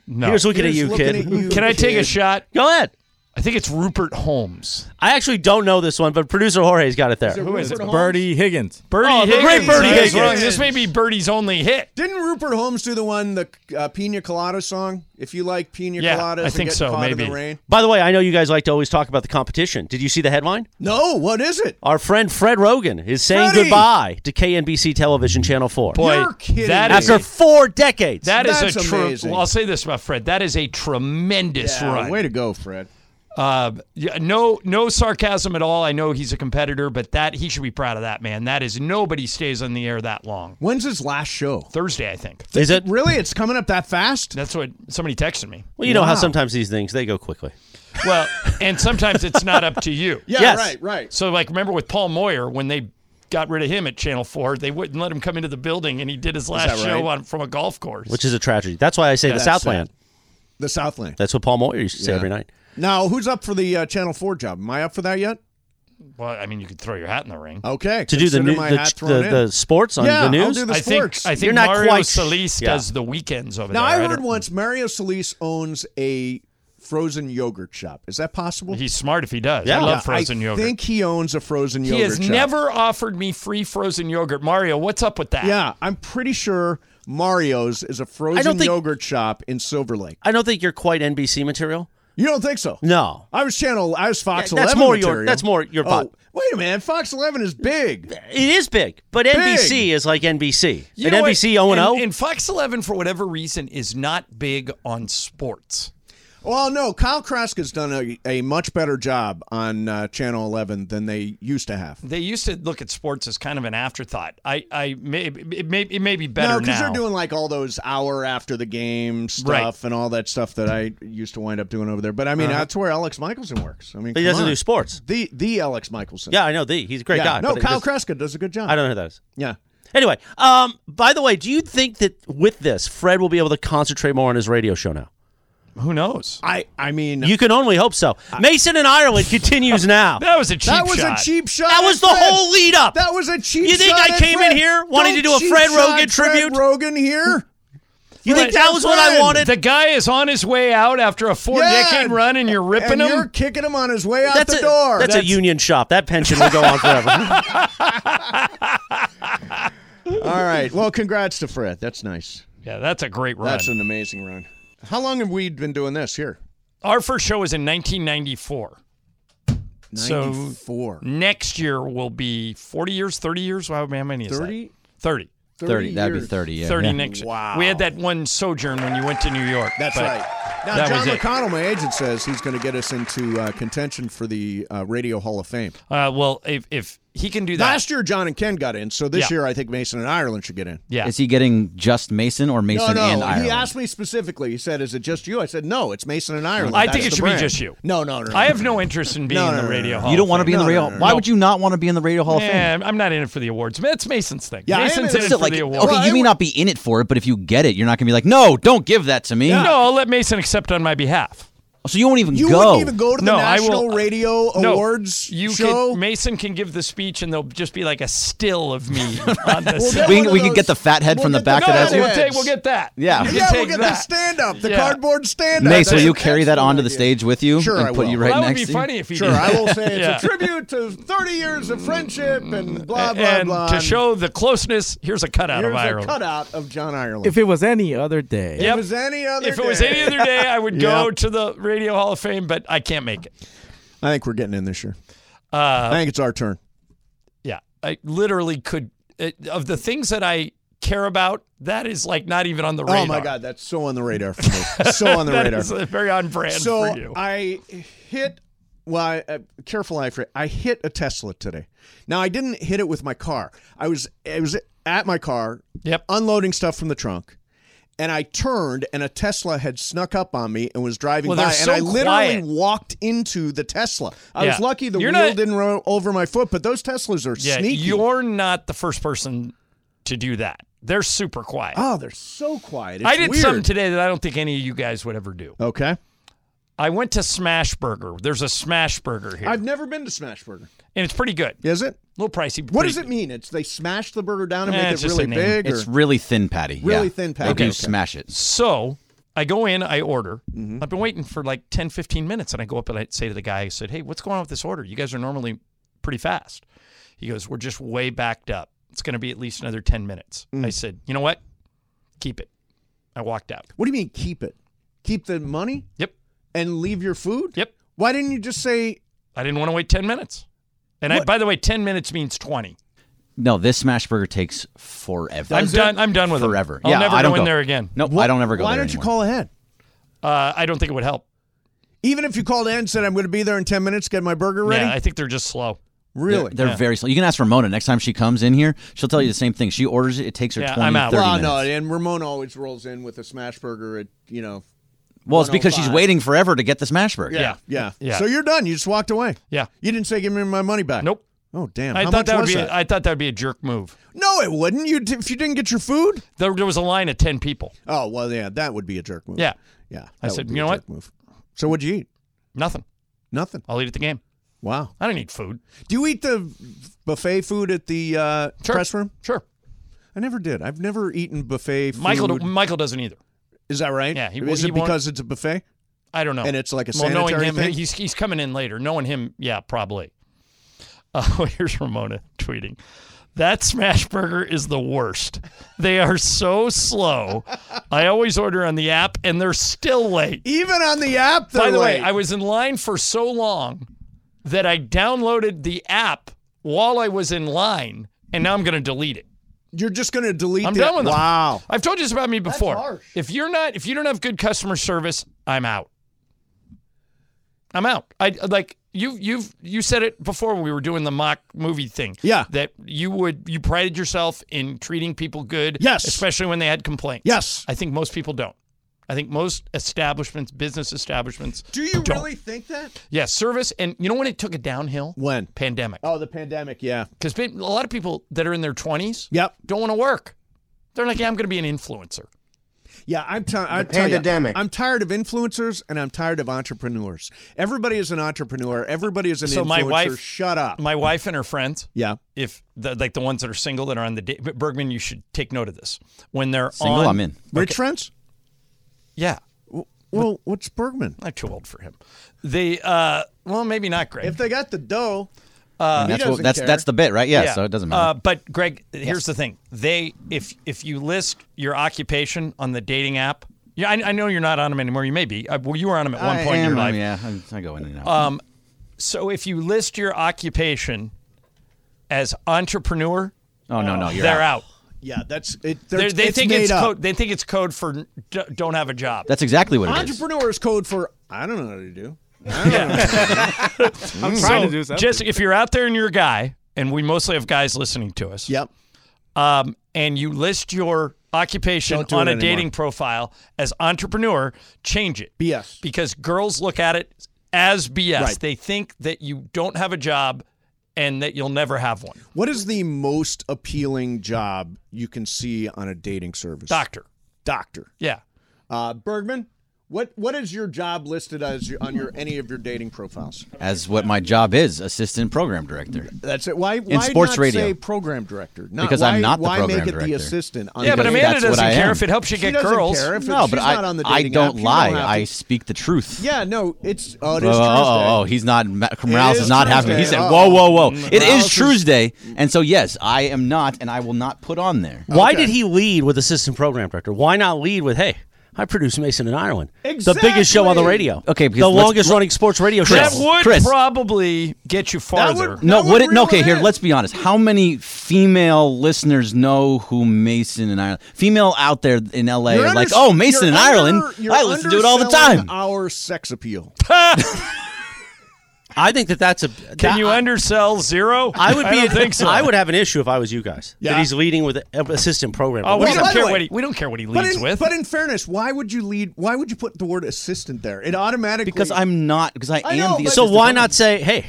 No.
Here's looking at Here's you, looking kid. at you,
Can I take a
kid.
shot?
Go ahead.
I think it's Rupert Holmes.
I actually don't know this one, but producer Jorge's got it there.
Is it Who is it? Rupert
Birdie Higgins.
Birdie
Oh, the
Higgins.
great Birdie
I was wrong.
Higgins.
This may be Birdie's only hit.
Didn't Rupert Holmes do the one, the uh, Pina Colada song? If you like Pina
Yeah,
Coladas,
I
and
think
Getting
so,
Caught In
maybe.
the rain.
By the way, I know you guys like to always talk about the competition. Did you see the headline?
No, what is it?
Our friend Fred Rogan is saying
Freddie!
goodbye to KNBC Television Channel 4.
Boy, You're kidding that me. is-
after four decades.
That is a tr-
amazing.
Well, I'll say this about Fred. That is a tremendous
Yeah,
run.
Way to go, Fred.
Uh, yeah, no, no sarcasm at all. I know he's a competitor, but that he should be proud of that man. That is nobody stays on the air that long.
When's his last show?
Thursday, I think.
Is it?
Really? It's coming up that fast?
That's what somebody texted me.
Well, you know how
Wow.
sometimes these things they go quickly.
Well, and sometimes it's not up to you.
<laughs> Yeah,
Yes.
right, right.
So, like, remember with Paul Moyer when they got rid of him at Channel Four, they wouldn't let him come into the building, and he did his last
that
show
right?
on from a golf course.
which is a tragedy. That's why I say the
That's
Southland.
sad. The Southland.
That's what Paul Moyer used to say
Yeah.
every night.
Now, who's up for the uh, Channel 4 job? Am I up for that yet?
well, I mean, you could throw your hat in the ring.
Okay.
To do the
consider
new
my
the,
hat
the,
thrown in.
the sports on
Yeah,
the
I'll
news.
do the
I
sports.
think I think
You're not
Mario
quite sh-
Solis
yeah.
does the weekends over
now,
there.
I
don't-
heard once Mario Solis owns a frozen yogurt shop. Is that possible?
He's smart if he does. I
Yeah.
love
Yeah,
frozen
I
yogurt.
think he owns a frozen
he
yogurt
has
shop.
never offered me free frozen yogurt. Mario, what's up with that?
Yeah, I'm pretty sure Mario's is a frozen
think-
yogurt shop in Silver Lake.
I don't think you're quite NBC material.
You don't think so?
No.
I was channel. I was Fox
Yeah, that's
11
more your-
material.
that's more your
Oh,
pot.
wait a minute, Fox 11 is big.
It is big, but NBC is like NBC.
You
And
know what?
NBC 0 and 0.
And Fox 11, for whatever reason, is not big on sports.
Well, no, Kyle Kraska's done a, a much better job on uh, channel 11 than they used to have.
They used to look at sports as kind of an afterthought. I, I may, it may, it may be
no,
better
because
now.
they're doing like all those hour after the game stuff
Right.
and all that stuff that I used to wind up doing over there. But I mean,
Uh-huh.
that's where Alex Michelson works. I mean,
Uh-huh. But he
come
doesn't
on.
do sports.
The the Alex Michelson.
Yeah, I know. The, he's a great
Yeah.
guy.
No,
but it
Kyle
just-
Kraska does a good job.
I don't know who that is.
Yeah.
Anyway, um, by the way, do you think that with this, Fred will be able to concentrate more on his radio show now?
Who knows?
I I mean,
You can only hope so. Mason in Ireland
<laughs>
continues now.
that was a
that was a cheap shot.
That
at
was the
Fred.
whole lead up.
That was a cheap.
You think
shot
I
at
came in
Fred.
here wanting to do
Don't
a Fred
cheap shot
Rogan
at Fred
tribute?
Rogan here.
You think that was what I wanted?
The guy is on his way out after a four
Yeah,
decade run, and you're
<laughs>
ripping
and
him.
You're kicking him on his way out
That's
the
a,
door.
that's a union shop. That
<laughs>
pension will go on forever.
All right. Well, congrats to Fred. That's nice.
yeah, that's a great run.
That's an amazing run. How long have we been doing this here?
Our first show was in 1994. So-
94.
Next year will be 40 years, 30 years. Wow, man, how many is
30?
that? 30.
30, that'd be 30, yeah.
30
Yeah.
next year.
Wow.
We had that one sojourn when you went to New York.
That's
but
right. Now,
that
John
was it.
McConnell, my agent, says he's going to get us into uh, contention for the uh, Radio Hall of Fame.
Uh, well, if, if he can do that.
Last year, John and Ken got in, so this
Yeah.
year I think Mason and Ireland should get in.
yeah.
Is he getting just Mason or Mason
no, no.
and Ireland?
He asked me specifically. He said, "Is it just you?" I said, "No, it's Mason and Ireland."
I think
That's
it
the
should be
brand."
just you.
No, no, no. no.
I have no interest in being
<laughs> No, no,
in
no,
the
no,
Radio
no.
Hall.
you don't want to
of
be in the
No, no,
Radio.
no, no.
Why would you not want to be in the Radio Hall of
Fame.
Fame?
Yeah, I'm not in it for the awards. That's Mason's thing.
Yeah, I am
Mason's
in
in
it
it
for
for
Like,
the awards.
okay, you may not be in it for it, but if you get it, you're not going to be like, no, don't give that to me.
No, I'll let Mason accept on my behalf.
So you won't even
You
go.
wouldn't even go to the
No, I will- uh,
National
<laughs>
Radio
No,
Awards
you
show.
Can, Mason can give the speech, and there'll just be like a still of
<laughs>
me on
We'll
this.
get
We
one
can-
of
we can get
those-
the fat head
we'll
from the
get
back that has
fat
you.
we'll,
heads.
take, we'll get that.
Yeah.
we can
Yeah, we'll
take
get the
that.
stand up, the
Yeah.
cardboard stand up.
Mace, will you carry that onto the stage with you
Sure,
and
I
put you
will.
right
that would
next
be
to you?
funny if he
Sure,
did.
I will
<laughs>
say it's
Yeah.
a tribute to 30 years of friendship and blah, blah,
and
blah.
to show the closeness, here's a cutout
Here's
of Ireland.
a cutout of John Ireland.
If it was any other day,
Yep.
it was any other
If it was
day-
any other day, I
<laughs>
would go
Yeah.
to the Radio Hall of Fame, but I can't make it.
I think we're getting in this year.
Uh,
I think it's our turn.
yeah, I literally could. It, of the things that I care about, that is like not even on the radar.
Oh, my God. That's so on the radar for
<laughs>
me. So on the
That
radar.
is, uh, very on brand
so
for you.
I hit. Well, I, uh, careful, I I hit a Tesla today. Now I didn't hit it with my car. I was I was at my car,
Yep.
unloading stuff from the trunk, and I turned, and a Tesla had snuck up on me and was driving
Well,
by,
they're
and
so
I literally
quiet.
walked into the Tesla. I was
Yeah.
lucky the
You're
wheel
not-
didn't roll over my foot, but those Teslas are
yeah,
sneaky.
you're not the first person to do that. They're super quiet.
oh, they're so quiet. It's
I did
weird.
something today that I don't think any of you guys would ever do.
Okay,
I went to Smashburger. There's a Smashburger here,
I've never been to Smashburger.
and it's pretty good.
Is it?
A little pricey. but
What
pretty
does it
good.
mean? It's they smash the burger down and
Eh,
make
it's
it
just
really
a name.
big. or-
It's really thin patty.
Really
yeah.
thin
They
patty,
do
okay.
smash it.
So I go in, I order.
Mm-hmm.
I've been waiting for like 10, 15 minutes, and I go up and I say to the guy, I said, "Hey, what's going on with this order? You guys are normally pretty fast." He goes, "We're just way backed up. It's going to be at least another ten minutes."
Mm.
I said, "You know what? Keep it." I walked out.
What do you mean keep it? Keep the money
Yep,
and leave your food?
yep.
Why didn't you just say
I didn't want to wait ten minutes. And I, by the way, ten minutes means twenty.
No, this smash burger takes forever.
I'm done. I'm done with them.
forever.
I'll
yeah,
never
I don't
go
go.
in there again.
No, I don't ever go
Why
there
don't you
anymore.
call ahead?
Uh, I don't think it would help.
Even if you called ahead and said I'm going to be there in 10 minutes, get my burger ready?
Yeah, I think they're just slow.
really?
They're very slow. You can ask Ramona next time she comes in here. She'll tell you the same thing. She orders it. It takes her
Yeah,
20,
I'm out.
30
well,
minutes.
no, and Ramona always rolls in with a smash burger at, you know,
well, it's because she's
105.
waiting forever to get the smash burger.
Yeah.
yeah.
Yeah.
So you're done. You just walked away.
Yeah.
You didn't say give me my money back.
Nope.
Oh damn.
I
How
thought
much
that would
was
be.
that?
I thought that would be a jerk move.
no, it wouldn't. You d- if you didn't get your food?
There, there was a line of ten people.
Oh, well yeah, that would be a jerk move.
Yeah.
Yeah.
I
that
said,
would be
"You
a
know
jerk Move. So what'd you eat?
Nothing.
Nothing.
I'll eat at the game.
Wow.
I don't need food.
Do you eat the buffet food at the uh,
Sure.
press room?
Sure.
I never did. I've never eaten buffet food.
Michael Michael doesn't either.
is that right?
Yeah, he-
is
he
it
won't-
because it's a buffet?
I don't know.
And it's like a
well, knowing
sanitary
him,
thing?
he's he's coming in later. Knowing him, yeah, probably. <laughs> Oh, here's Ramona tweeting. That smash burger is the worst. They are so slow. I always order on the app and they're still late.
Even on the app,
By the way,
late.
I was in line for so long that I downloaded the app while I was in line, and now I'm going to delete it.
you're just going to delete.
I'm
the,
done with them.
Wow.
I've told you this about me before.
harsh.
If you're not, if you don't have good customer service, I'm out. I'm out. I like you. You've you said it before when we were doing the mock movie thing.
Yeah.
that you would you prided yourself in treating people good.
Yes.
especially when they had complaints.
Yes.
I think most people don't. I think most establishments, business establishments,
Do you
don't.
really think that?
Yeah, service, and you know when it took a downhill?
When?
Pandemic,
Oh, the pandemic. Yeah.
because a lot of people that are in their twenties
Yep.
don't want to work. They're like, yeah, I'm going to be an influencer.
Yeah, I'm tired.
The pandemic.
I'm tired of influencers and I'm tired of entrepreneurs. Everybody is an entrepreneur. Everybody is an
so
influencer.
my wife,
Shut up.
My wife and her friends.
Yeah.
If the, like the ones that are single that are on the date, but Bergman, you should take note of this when they're
Single,
on-
I'm in.
Rich
Okay.
friends?
Yeah.
Well, what's Bergman?
Not too old for him. They uh, well, maybe not Greg.
If they got the dough,
uh,
And that's what, that's that's the bit, right? Yeah, so it doesn't matter.
Uh, but Greg, here's
Yes.
the thing: they if if you list your occupation on the dating app, yeah, I, I know you're not on them anymore. You may be. Uh, well, you were on them at one
I
point in
am,
your
um,
life.
Yeah, I, I go in and out.
Um, so if you list your occupation as entrepreneur,
oh no, no, you're
they're out.
Yeah, that's it.
They're-
they're-
they
it's
think
made
it's
up.
code. They think it's code for n- d- don't have a job.
That's exactly what it is.
Entrepreneur is code for I don't know how
<laughs>
to do.
I'm
trying to do
so
something.
Just if you're out there and you're a guy, and we mostly have guys listening to us.
Yep.
Um, and you list your occupation
Don't do
on a
it anymore.
dating profile as entrepreneur, change it.
BS.
Because girls look at it as BS.
Right.
They think that you don't have a job and that you'll never have one.
What is the most appealing job you can see on a dating service?
Doctor.
Doctor.
Yeah.
Uh, Bergman, what what is your job listed as your, on your any of your dating profiles?
As what my job is, assistant program director.
That's it. Why why
sports
not
radio.
say program director? Not,
Because
why,
I'm not the
why
program
make it the
director.
assistant? On
Yeah,
the
but
dating
Amanda
app?
That's what
doesn't
I
care
am.
if it helps you
She
get
doesn't
girls.
care if it-
No, but
she's
I
not on the
I
dating app.
don't
You
lie.
have to-
I speak the truth.
Yeah, no, it's oh, it
oh,
is
oh, oh, oh,
Tuesday.
he's not. Ma-
It
Morales
is
is, not having it. He
Tuesday.
said,
Oh.
"Whoa, whoa, whoa! It
Morales
is
is-
Tuesday." And so, yes, I am not, and I will not put on there.
Why did he lead with assistant program director? Why not lead with hey? I produce Mason in Ireland, the biggest show on the
Exactly.
radio.
Okay, because
the
let's-
longest running sports radio
That
show.
would
Chris.
probably get you farther.
No, would it? No, okay, here, let's be honest. How many female listeners know who Mason and Ireland? Female out there in LA
You're
are like,
unders-
"Oh, Mason
you're
and Ireland."
under- you're
I listen to it all the
underselling
time.
Our sex appeal.
<laughs> I think that that's a.
Can you undersell zero?
I would be.
don't think so.
I would have an issue if I was you guys.
Yeah.
That he's leading with a- assistant program.
Oh, we
Well, by
don't
the
care
way-
what he. We don't care what he
But
leads
in,
with.
but in fairness, why would you lead? Why would you put the word assistant there? It automatically
Because I'm not. Because I,
I
am
know,
the.
but-
so
assistant
why
program-
not say, hey,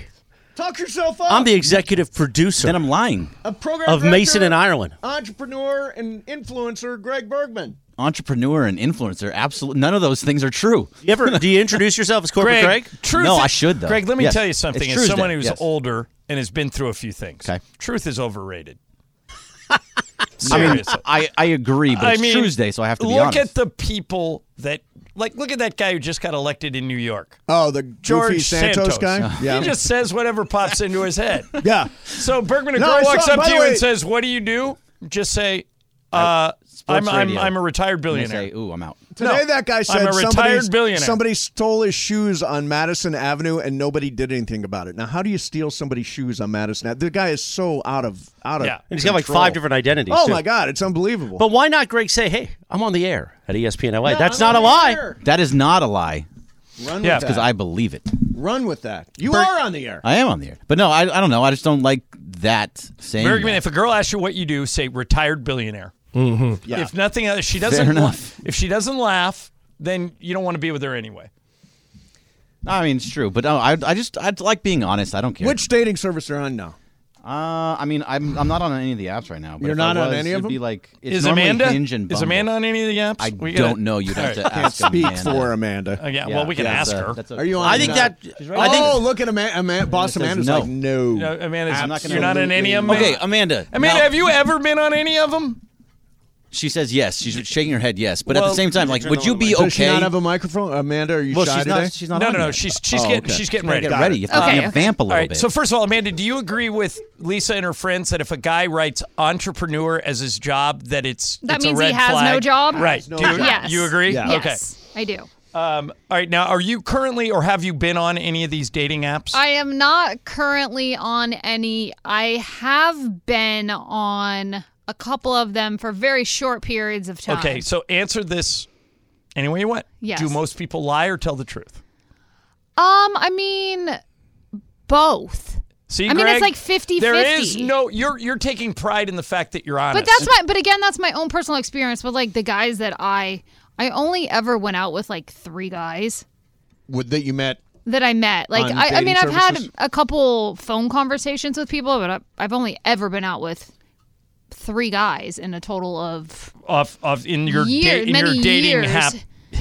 talk yourself up.
I'm the executive producer
Then I'm lying.
of program
of Mason
director,
in Ireland?
entrepreneur and influencer Greg Bergman.
Entrepreneur and influencer. Absolutely, none of those things are true.
You ever do you introduce yourself as corporate
Greg,
Greg?
truth.
No,
is-
I should, though.
Greg, let me
Yes.
tell you something.
It's
As
Tuesday,
someone who's
yes.
older and has been through a few things,
Okay.
truth is overrated.
<laughs> I mean,
Seriously.
I, I agree, but
I
it's
mean,
Tuesday, so I have to be
look
honest.
at the people that like. Look at that guy who just got elected in New York,
Oh, the
George
goofy Santos, guy.
He just says whatever pops into his head.
yeah.
<laughs> So Bergman, a
No,
girl
I saw-
walks up
by
to
the
you
way-
and says, "What do you do?" Just say, uh, "I'm
Sports
I'm
radio.
I'm a retired
And they
billionaire."
say, "Ooh, I'm out."
Today,
No,
that guy
I'm
said
a retired
somebody's-
billionaire.
somebody stole his shoes on Madison Avenue and nobody did anything about it. Now, how do you steal somebody's shoes on Madison Avenue? The guy is so out of out of.
Yeah.
And he's got like
control.
five different identities.
Oh
too.
my God, it's unbelievable.
But why not Greg say, hey, I'm on the air at E ESPN LA? that's
I'm
not a lie.
here.
That is not a lie
Run
Yeah,
with
because
that.
I believe it.
Run with that. You are on the air.
I am on the air, but no, I, I don't know. I just don't like that saying.
Bergman,
that.
if a girl asks you what you do, say retired billionaire.
Mm-hmm.
Yeah.
If nothing else, she doesn't.
Fair
la-
enough.
If she doesn't laugh, then you don't want to be with her anyway.
I mean, it's true, but no, I, I just I like being honest. I don't care.
Which dating service are on now?
Uh, I mean, I'm I'm not on any of the apps right now. But
You're
if
not
I
on
was,
any
it'd
of them?
Be like, it's
Is
normally
Amanda?
Hinge and
is
Bumble.
Amanda on any of the apps?
I
We gotta-
don't know. You'd
<laughs>
have to
Can't
ask
speak
Amanda.
for Amanda.
Uh, yeah, Well, we can
yeah,
ask
that's a-
her.
that's a-
Are you on?
I think
now?
that I think
oh, look at Amanda. Amanda boss
says
Amanda's
no.
like, no.
No, Amanda's,
I'm not gonna
you're not in any of them.
Okay, Amanda.
Amanda,
now-
have you ever been on any of them?
She says yes. She's shaking her head yes, but at
Well,
the same time, like, would you be
Does
okay?
she not have a microphone? Amanda, are you
well,
shy
she's
today?
not. She's not.
no,
on
no, no.
yet.
She's she's
Oh,
getting
okay.
she's getting
Gotta
ready.
Get ready. You have to be a vamp a
All
little
right.
bit.
So first of all, Amanda, do you agree with Lisa and her friends that if a guy writes entrepreneur as his job, that it's
That
it's a
means
red
he has
flag?
no job.
Right.
no
do you,
job.
Yes.
you agree?
Yeah.
Okay.
Yes, I do.
Um, all right. Now, are you currently or have you been on any of these dating apps?
I am not currently on any. I have been on a couple of them for very short periods of time.
okay. So answer this any way you want.
Yes.
Do most people lie or tell the truth?
Um, I mean, both.
See,
I mean,
Greg,
it's like 50
There is no. You're you're taking pride in the fact that you're honest.
But that's my. But again, that's my own personal experience. But like the guys that I, I only ever went out with like three guys
Would that you met?
that I met. Like
On
I, I
dating
mean, I've had
services?
a couple phone conversations with people, but I- I've only ever been out with three guys in a total of
Off, off in your
Year-
da- in
many
your dating
years.
hap-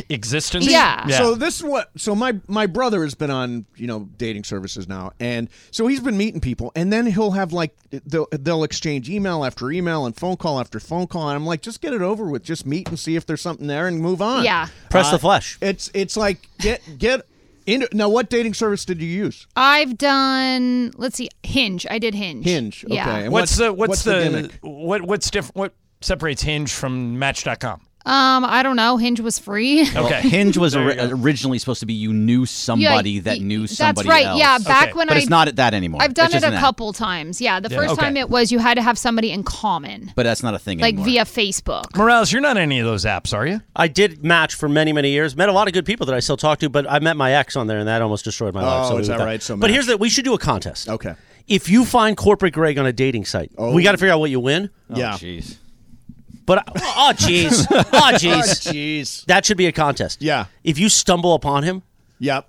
existence.
So this is what. So my my brother has been on you know dating services now, and so he's been meeting people, and then he'll have like they'll they'll exchange email after email and phone call after phone call, and I'm like, just get it over with, just meet and see if there's something there, and move on. Uh,
Yeah.
Press the flesh.
It's it's like get get into now. What dating service did you use?
I've done. Let's see, Hinge. I did Hinge.
Hinge,
Yeah.
okay. And
what's,
what's-
the what's,
what's the
the,
gimmick?
what what's different? What separates Hinge from Match.com?
Um, I don't know. Hinge was free.
<laughs> Okay. Hinge was
There
ori-
you go.
originally supposed to be you knew somebody
Yeah,
that
y-
knew
that's
somebody
right.
else.
Yeah, back Okay. when
but
I-
it's not that anymore.
I've done it
It's just
a
an app.
couple times. Yeah. The
Yeah.
first
Okay.
time it was you had to have somebody in common,
But that's not a thing
like
anymore.
via Facebook.
Morales, you're not any of those apps, are you?
I did match for many, many years. Met a lot of good people that I still talk to, but I met my ex on there, and that almost destroyed my life.
Oh,
so
is
leave it
that
at
right? So
but
match.
here's the: we should do a contest.
Okay. Oh.
If you find corporate Greg on a dating site, we got to figure out what you win.
yeah.
Jeez.
But oh,
<laughs>
jeez, oh, jeez,
Oh, jeez.
that should be a contest.
Yeah.
If you stumble upon him,
Yep.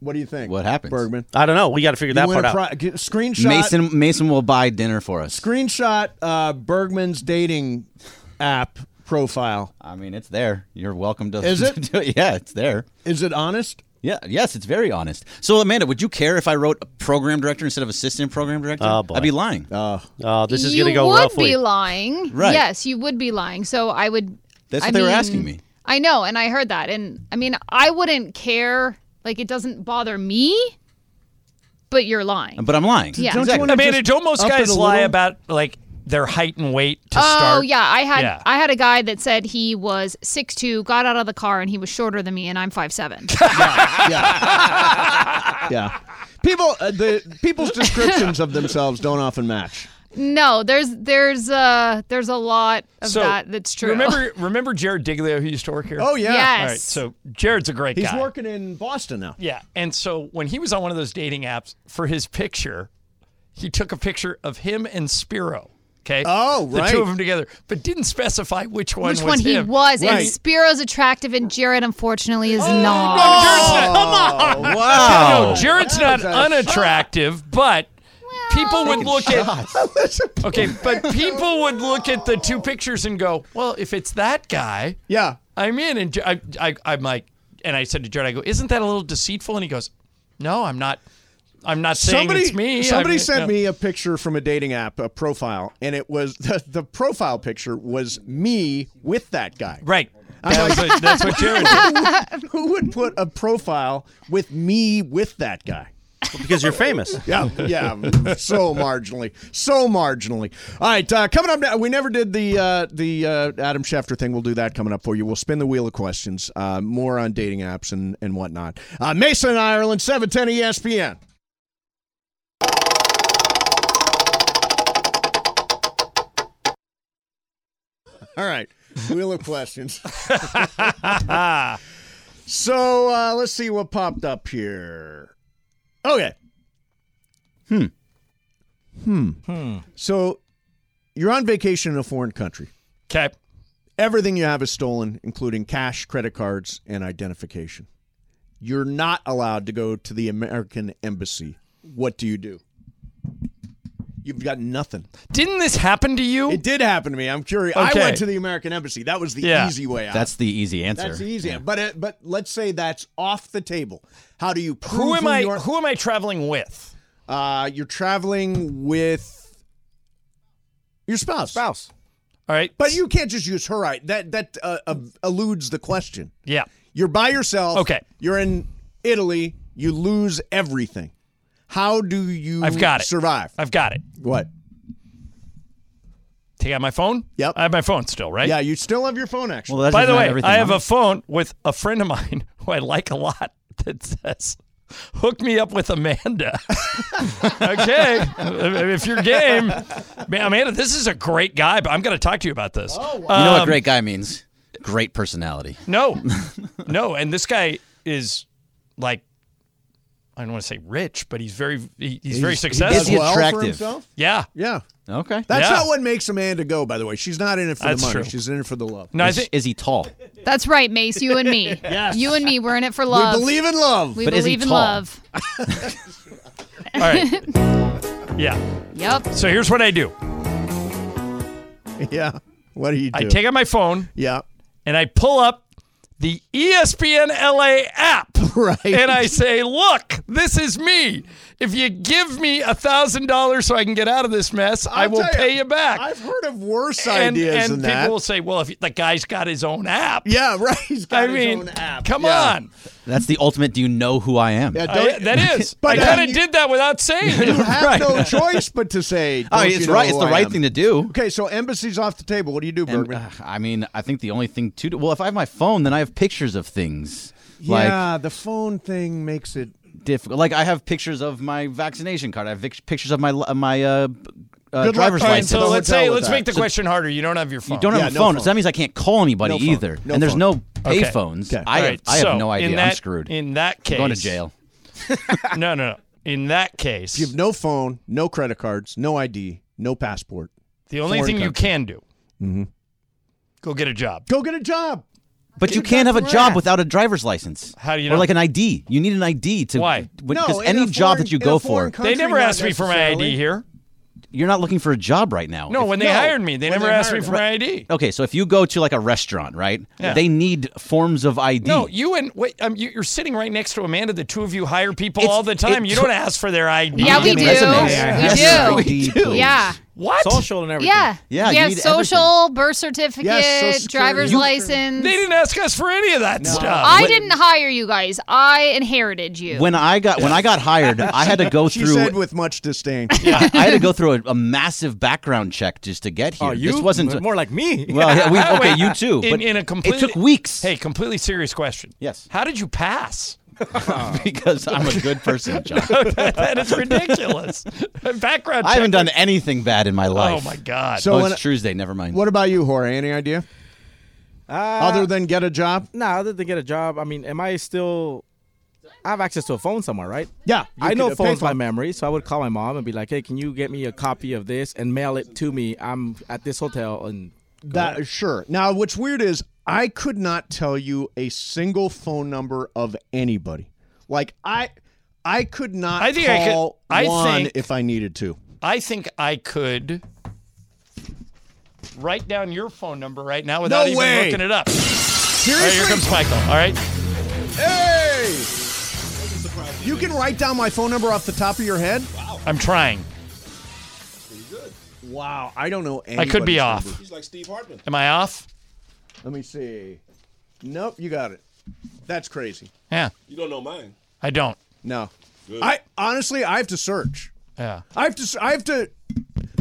What do you think? What
happens?
Bergman? <laughs>
I don't know. We got to figure
You
that
win
part
a
out.
pri- get- screenshot.
Mason Mason will buy dinner for us.
Screenshot uh, Bergman's dating app profile.
I mean, it's there. You're welcome <laughs> to.
Is it?
do Yeah, it's there.
Is it honest?
Yeah. Yes, it's very honest. So, Amanda, would you care if I wrote a program director instead of assistant program director?
Oh, boy.
I'd be lying.
Oh,
Oh, this is
you
going to go
would
rough.
be lying.
Right.
Yes, you would be lying. So I would.
That's
I
what they were
mean,
asking me.
I know, and I heard that, and I mean, I wouldn't care. Like it doesn't bother me, but you're lying.
But I'm lying.
Yeah. Don't you
Exactly.
wanna
I mean, it- don't most
up it
guys
a
lie
little?
about like their height and weight to
oh
start?
yeah, I had
Yeah.
I had a guy that said he was six two, got out of the car, and he was shorter than me, and I'm five
<laughs>
seven.
Ah. Yeah. People, uh, the people's descriptions of themselves don't often match.
no, there's there's uh there's a lot of
So,
that that's true.
Remember, remember Jared Diglio who used to work here?
Oh, yeah.
Yes.
All right, so Jared's a great
He's
guy.
working in Boston now.
yeah, and so when he was on one of those dating apps for his picture, he took a picture of him and Spiro. Okay.
Oh,
The two
right.
of them together, but didn't specify which one
Which
was
one he
him.
was, and Spiro's attractive, and Jared unfortunately is
Oh,
not.
Come on.
Wow.
No, Jared's not unattractive, but people would look at. Okay, but people would look at the two pictures and go, "Well, if it's that guy,
yeah,
I'm in." And J- I, I, I'm like, and I said to Jared, "I go, isn't that a little deceitful?" And he goes, "No, I'm not. I'm not saying
somebody
it's me."
somebody
I'm-
sent
no."
me a picture from a dating app, a profile, and it was <laughs> the, the profile picture was me with that guy.
Right.
I'm
That
like-
was what-
<laughs>
that's what Jared did.
who, would, who would put a profile with me with that guy?
because you're famous.
<laughs> Yeah, yeah, so marginally, so marginally. All right, uh, coming up now, we never did the uh, the uh, Adam Schefter thing. We'll do that coming up for you. We'll spin the wheel of questions, uh, more on dating apps and and whatnot. Uh, Mason, Ireland, seven ten E ESPN. All right, wheel of questions. <laughs> so uh, let's see what popped up here. Okay.
Hmm.
Hmm. So you're on vacation in a foreign country.
Okay.
Everything you have is stolen, including cash, credit cards, and identification. You're not allowed to go to the American embassy. What do you do? You've got nothing.
Didn't this happen to you?
It did happen to me. I'm curious.
Okay.
I went to the American embassy. That was the
Yeah.
easy way out.
That's the easy answer.
That's easy. But it, but let's say that's off the table. How do you prove
Who am I?
you are?
Who am I traveling with?
Uh, you're traveling with your spouse. Spouse.
All right.
But you can't just use her. I that that uh, uh, eludes the question.
Yeah.
You're by yourself.
Okay.
You're in Italy. You lose everything. How do you?
I've got it.
Survive.
I've got it.
What?
Take out my phone.
Yep.
I have my phone still, right?
Yeah, you still have your phone. Actually.
Well, that's
By
just
the
not
way,
everything
I have
on
a phone with a friend of mine <laughs> who I like a lot <laughs> that says, "Hook me up with Amanda." <laughs> okay, if you're game, man, Amanda, this is a great guy, but I'm going to talk to you about this. Oh,
it. You know what great guy means? Great personality. <laughs>
No, no, and this guy is like, I don't want to say rich, but he's very he, he's, very
Is he
successful.
well for
attractive?
himself?
yeah.
Yeah.
Okay.
That's
Yeah.
not what makes Amanda go. By the way, she's not in it for
That's
the money.
true.
She's in it for the love.
No, I
is,
think
is he tall?
That's right, Mace. You and me.
<laughs>
You and me. We're in it for
We
love.
believe in love.
We
But is he
believe in
tall? <laughs>
love. <laughs>
all right. Yeah.
Yep.
So here's what I do.
yeah. What do you do?
I take out my phone.
Yeah.
And I pull up the E ESPN LA app.
<laughs> Right.
And I say, look, this is me. If you give me a thousand dollars so I can get out of this mess, i
I'll
will
tell
pay you back.
I've heard of worse
and,
ideas
and
than
people
that.
will say, well, if the guy's got his own app.
Yeah, <laughs> right. He's
got I
his
mean,
own app.
Come
Yeah.
on.
That's the ultimate. Do you know who I am?
I- Uh, that is.
<laughs> But
I
then
kind of
you-
did that without saying.
<laughs> You
it. <laughs>
have no choice but to say.
Oh,
"Don't
it's
you know
right. It's
who
the
I
right
am?"
thing to do.
Okay, so embassy's off the table. What do you do,
And,
Bergman?
uh, I mean, I think the only thing to do. Well, if I have my phone, then I have pictures of things. Like
yeah, the phone thing makes it.
difficult. Like I have pictures of my vaccination card. I have vic- pictures of my li- uh, my uh, b- uh,
Good luck
driver's
finding
license.
So let's say
with
let's
that.
make the
So-
question harder. You don't have your phone.
You don't have a phone, so that means I can't call anybody
No phone.
either.
No
and there's
phone.
no pay
Okay.
phones.
Okay.
I,
All
have,
right,
I have
so
no idea.
in
I'm
that-
screwed.
in that
I'm going to
case-
jail.
<laughs> no, no, no. In that case,
You have no phone, no credit cards, no ID, no passport. Mm-hmm.
the only
Foreign
thing you
country.
can do, go get a job.
Go get a job.
But you can't have a
right.
job without a driver's license.
How do you
Or
know?
like an ID. You need an ID to.
Why?
No,
Because
in
any
a
job that
foreign-
you
in a
go
foreign
for,
country,
They never
not
asked me for my
necessarily.
ID here.
you're not looking for a job right now.
No, when they
No,
hired me, they
when
never
they
asked me
hired
for my ID.
Okay, so if you go to like a restaurant, right?
Yeah.
They need forms of ID.
No, you and wait, um, you, you're sitting right next to Amanda. The two of you hire people
It's-
all the time.
it-
You don't ask for their ID.
Yeah, we
Getting
do.
resumes.
Yeah,
We
we
do.
do. Yeah.
What?
Social and everything.
Yeah.
Yeah, you
You have
need
social, birth certificate,
Security.
driver's
You-
license.
They didn't ask us for any of that stuff.
I didn't hire you guys. I inherited you.
Uh, When I got when I got
<laughs>
hired, I had to go
She
through.
said with much
<laughs>
disdain.
<laughs> I had to go through a, a massive background check just to get here.
Oh, you
this <laughs> wasn't.
more like me.
<laughs>
well, yeah, we,
By the
okay,
way,
you too.
In,
but <laughs>
in a completely,
it took weeks.
Hey, completely serious question.
Yes.
How did you pass?
because I'm a good person, <laughs> John.
uh, <laughs> that is ridiculous. Background.
I haven't
check.
done anything bad in my life.
Oh my god.
So
oh,
when-
it's Tuesday. Never mind.
what about you, Jorge? Any idea other than get a job?
No, Uh, other than get a job, I mean, am I still? I have access to a phone somewhere, right?
Yeah, you
I
could-
know
a
phones
payphone.
by memory, so I would call my mom and be like, "Hey, can you get me a copy of this and mail it to me? I'm at this hotel." And
That sure. Now, what's weird is I could not tell you a single phone number of anybody. Like I, I could not
I think I could-
call
I
one
think-
if I needed to.
I think I could write down your phone number right now without even
way.
looking it up. All right, here comes Michael. All right.
Hey, you can write down my phone number off the top of your head.
I'm trying.
Wow, I don't know.
I could be
anybody's
off.
number.
Am I off?
Let me see. Nope, you got it. That's crazy.
Yeah.
You don't know mine.
I don't.
No, I honestly I have to search.
Yeah.
I have to. s- I have to.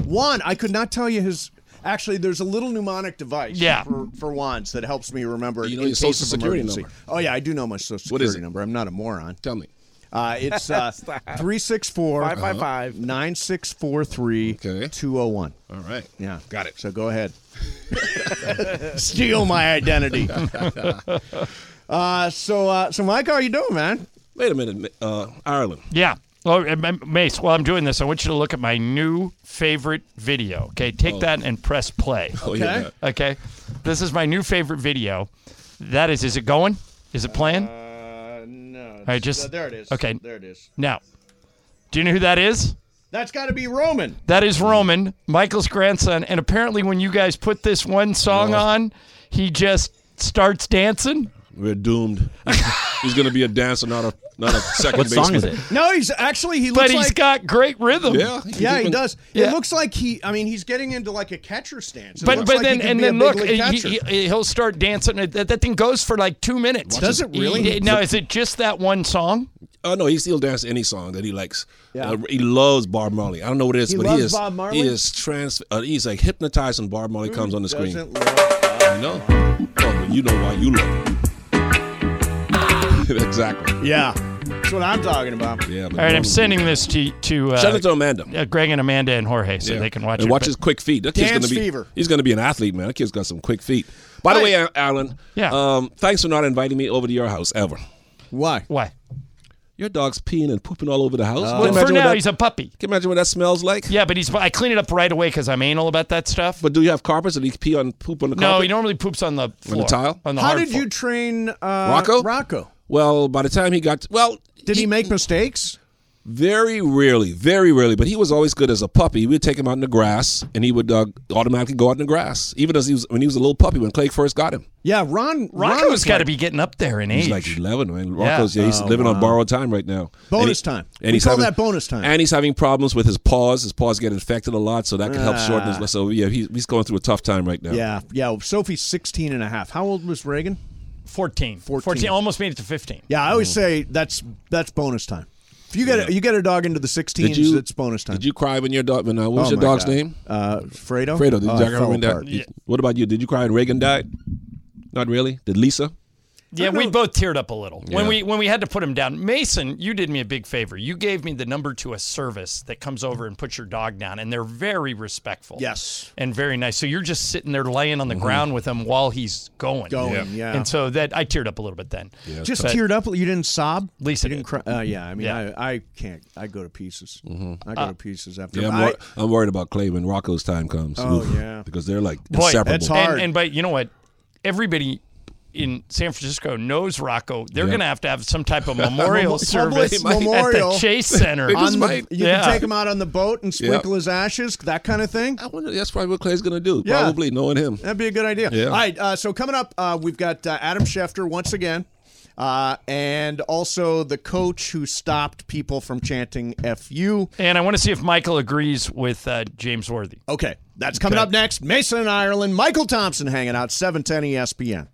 Juan, I could not tell you his. Actually, there's a little mnemonic device
Yeah.
for, for Juan's that helps me remember.
You know
in
your
case
Social
of
Security
emergency.
number.
Oh yeah, I do know my social
What is
security
it?
number. I'm not a moron.
Tell me.
Uh, it's uh,
Stop.
364
Five, five, five.
Uh-huh. 9643 201.
All right.
Yeah.
Got it.
So go ahead. <laughs> Steal
<laughs>
my identity. uh, so, uh, so Mike, how you doing, man?
Wait a minute. Uh, Ireland.
Yeah. Well, M- M- Mace, while I'm doing this, I want you to look at my new favorite video. Okay. Take that and press play.
Oh, yeah.
Okay. This is my new favorite video. That is, is it going? Is it playing?
Uh, no.
All right, just- uh,
there it is.
okay.
There it is.
Now, do you know who that is?
That's got to be Roman.
That is Roman, Michael's grandson. And apparently, when you guys put this one song on, he just starts dancing.
We're doomed. <laughs> He's going to be a dancer, not a not a second
What song is
baseman.
it?
No, he's actually he
But
looks
he's
like
got great rhythm.
Yeah.
yeah, he does. It
Yeah.
looks like he. I mean, he's getting into like a catcher stance. It
But
looks
but
like he
then
could
and
be a
then
big
look,
league
he,
catcher.
he- he'll start dancing. That, that thing goes for like two minutes.
Does it
He-
really?
now is it just that one song?
Oh no, he still dances any song that he likes.
Yeah.
Uh, he loves Bob Marley. I don't know what it is,
He
but
loves
he is
Bob Marley? Mm,
he is trans. Uh, he's like hypnotized when Bob Marley comes on the screen.
Doesn't look-
You know, oh, but you know why you love him. <laughs> exactly.
yeah, that's what I'm talking about.
Yeah.
All right, I'm sending this to to, uh,
Shout out to Amanda.
uh, Greg and Amanda and Jorge so
Yeah.
they can watch
and
it.
watch
But-
his quick feet. That kid's
Dance
gonna be,
fever.
He's going to be an athlete, man. That kid's got some quick feet. By the
Hey.
way, Alan.
Yeah.
Um, thanks for not inviting me over to your house ever.
Why? Oh.
Why?
Your dog's peeing and pooping all over the house. Can you
Well, for
imagine what
now
that-
he's a puppy.
Can you imagine what that smells like?
Yeah, but he's I clean it up right away because I'm anal about that stuff.
But do you have carpets? Did he pee on poop on the carpet?
no, he normally poops on the floor,
tile?
on the
How
hard
did
floor.
you train uh,
Rocco?
Rocco.
Well, by the time he got well,
Did he make mistakes?
Very rarely, very rarely, but he was always good as a puppy. We'd take him out in the grass, and he would uh, automatically go out in the grass, even as he was when he was a little puppy when Clay first got him.
Yeah, Ron.
Rocco's
was
got to
like-
be getting up there in age.
He's like 11, man. Rocco's, yeah,
oh,
Oh,
he's living on borrowed time right now.
Bonus
And he-
time. We call that bonus time.
And he's having problems with his paws. His paws get infected a lot, so that could help shorten
Ah.
his. So yeah, he's, he's going through a tough time right now.
Yeah, yeah. Sophie's 16 and a half. How old was Reagan?
14.
14.
14, almost made it to 15.
Yeah, I
Mm.
always say that's that's bonus time. If you get a, you get a dog into the 16s,
Did you-
it's bonus time.
Did you cry when your dog? When, uh, what was
Oh
your
my
dog's
God.
name?
Uh, Fredo.
Fredo. Did
Oh,
you
I
cry
fell
when that?
apart.
What about you? Did you cry when Reagan died? Not really. Did Lisa?
Yeah, we both teared up a little when
Yeah.
we when we had to put him down. Mason, you did me a big favor. You gave me the number to a service that comes over and puts your dog down, and they're very respectful.
Yes, Mm-hmm.
and very nice. So you're just sitting there laying on the ground with him while he's going.
Going, Yeah. yeah.
And so that I teared up a little bit then.
Just
But-
teared up. You didn't sob.
Lisa
you didn't cry. Uh, yeah, I mean,
Yeah.
I, I can't. I go to pieces. I go
Uh,
to pieces after.
Yeah, I'm,
I-
wor- I'm worried about Clay when Rocco's time comes.
Oh,
Oof.
yeah.
because they're like
Boy,
inseparable.
And, and but you know what? Everybody in San Francisco knows Rocco. They're
Yeah.
going to have to have some type
<laughs>
of memorial service <laughs>
Public
at
memorial.
the Chase Center.
On the- you
Yeah.
can take him out on the boat and sprinkle his ashes, that kind of thing.
that's probably what Clay's going to do.
Yeah.
Probably knowing him.
That'd be a good idea.
Yeah.
All right. Uh, so coming up, uh, we've got uh, Adam Schefter once again, uh, and also the coach who stopped people from chanting "fu."
And I want to see if Michael agrees with uh, James Worthy.
Okay, that's coming
Okay.
up next. Mason in Ireland, Michael Thompson hanging out, seven ten E ESPN.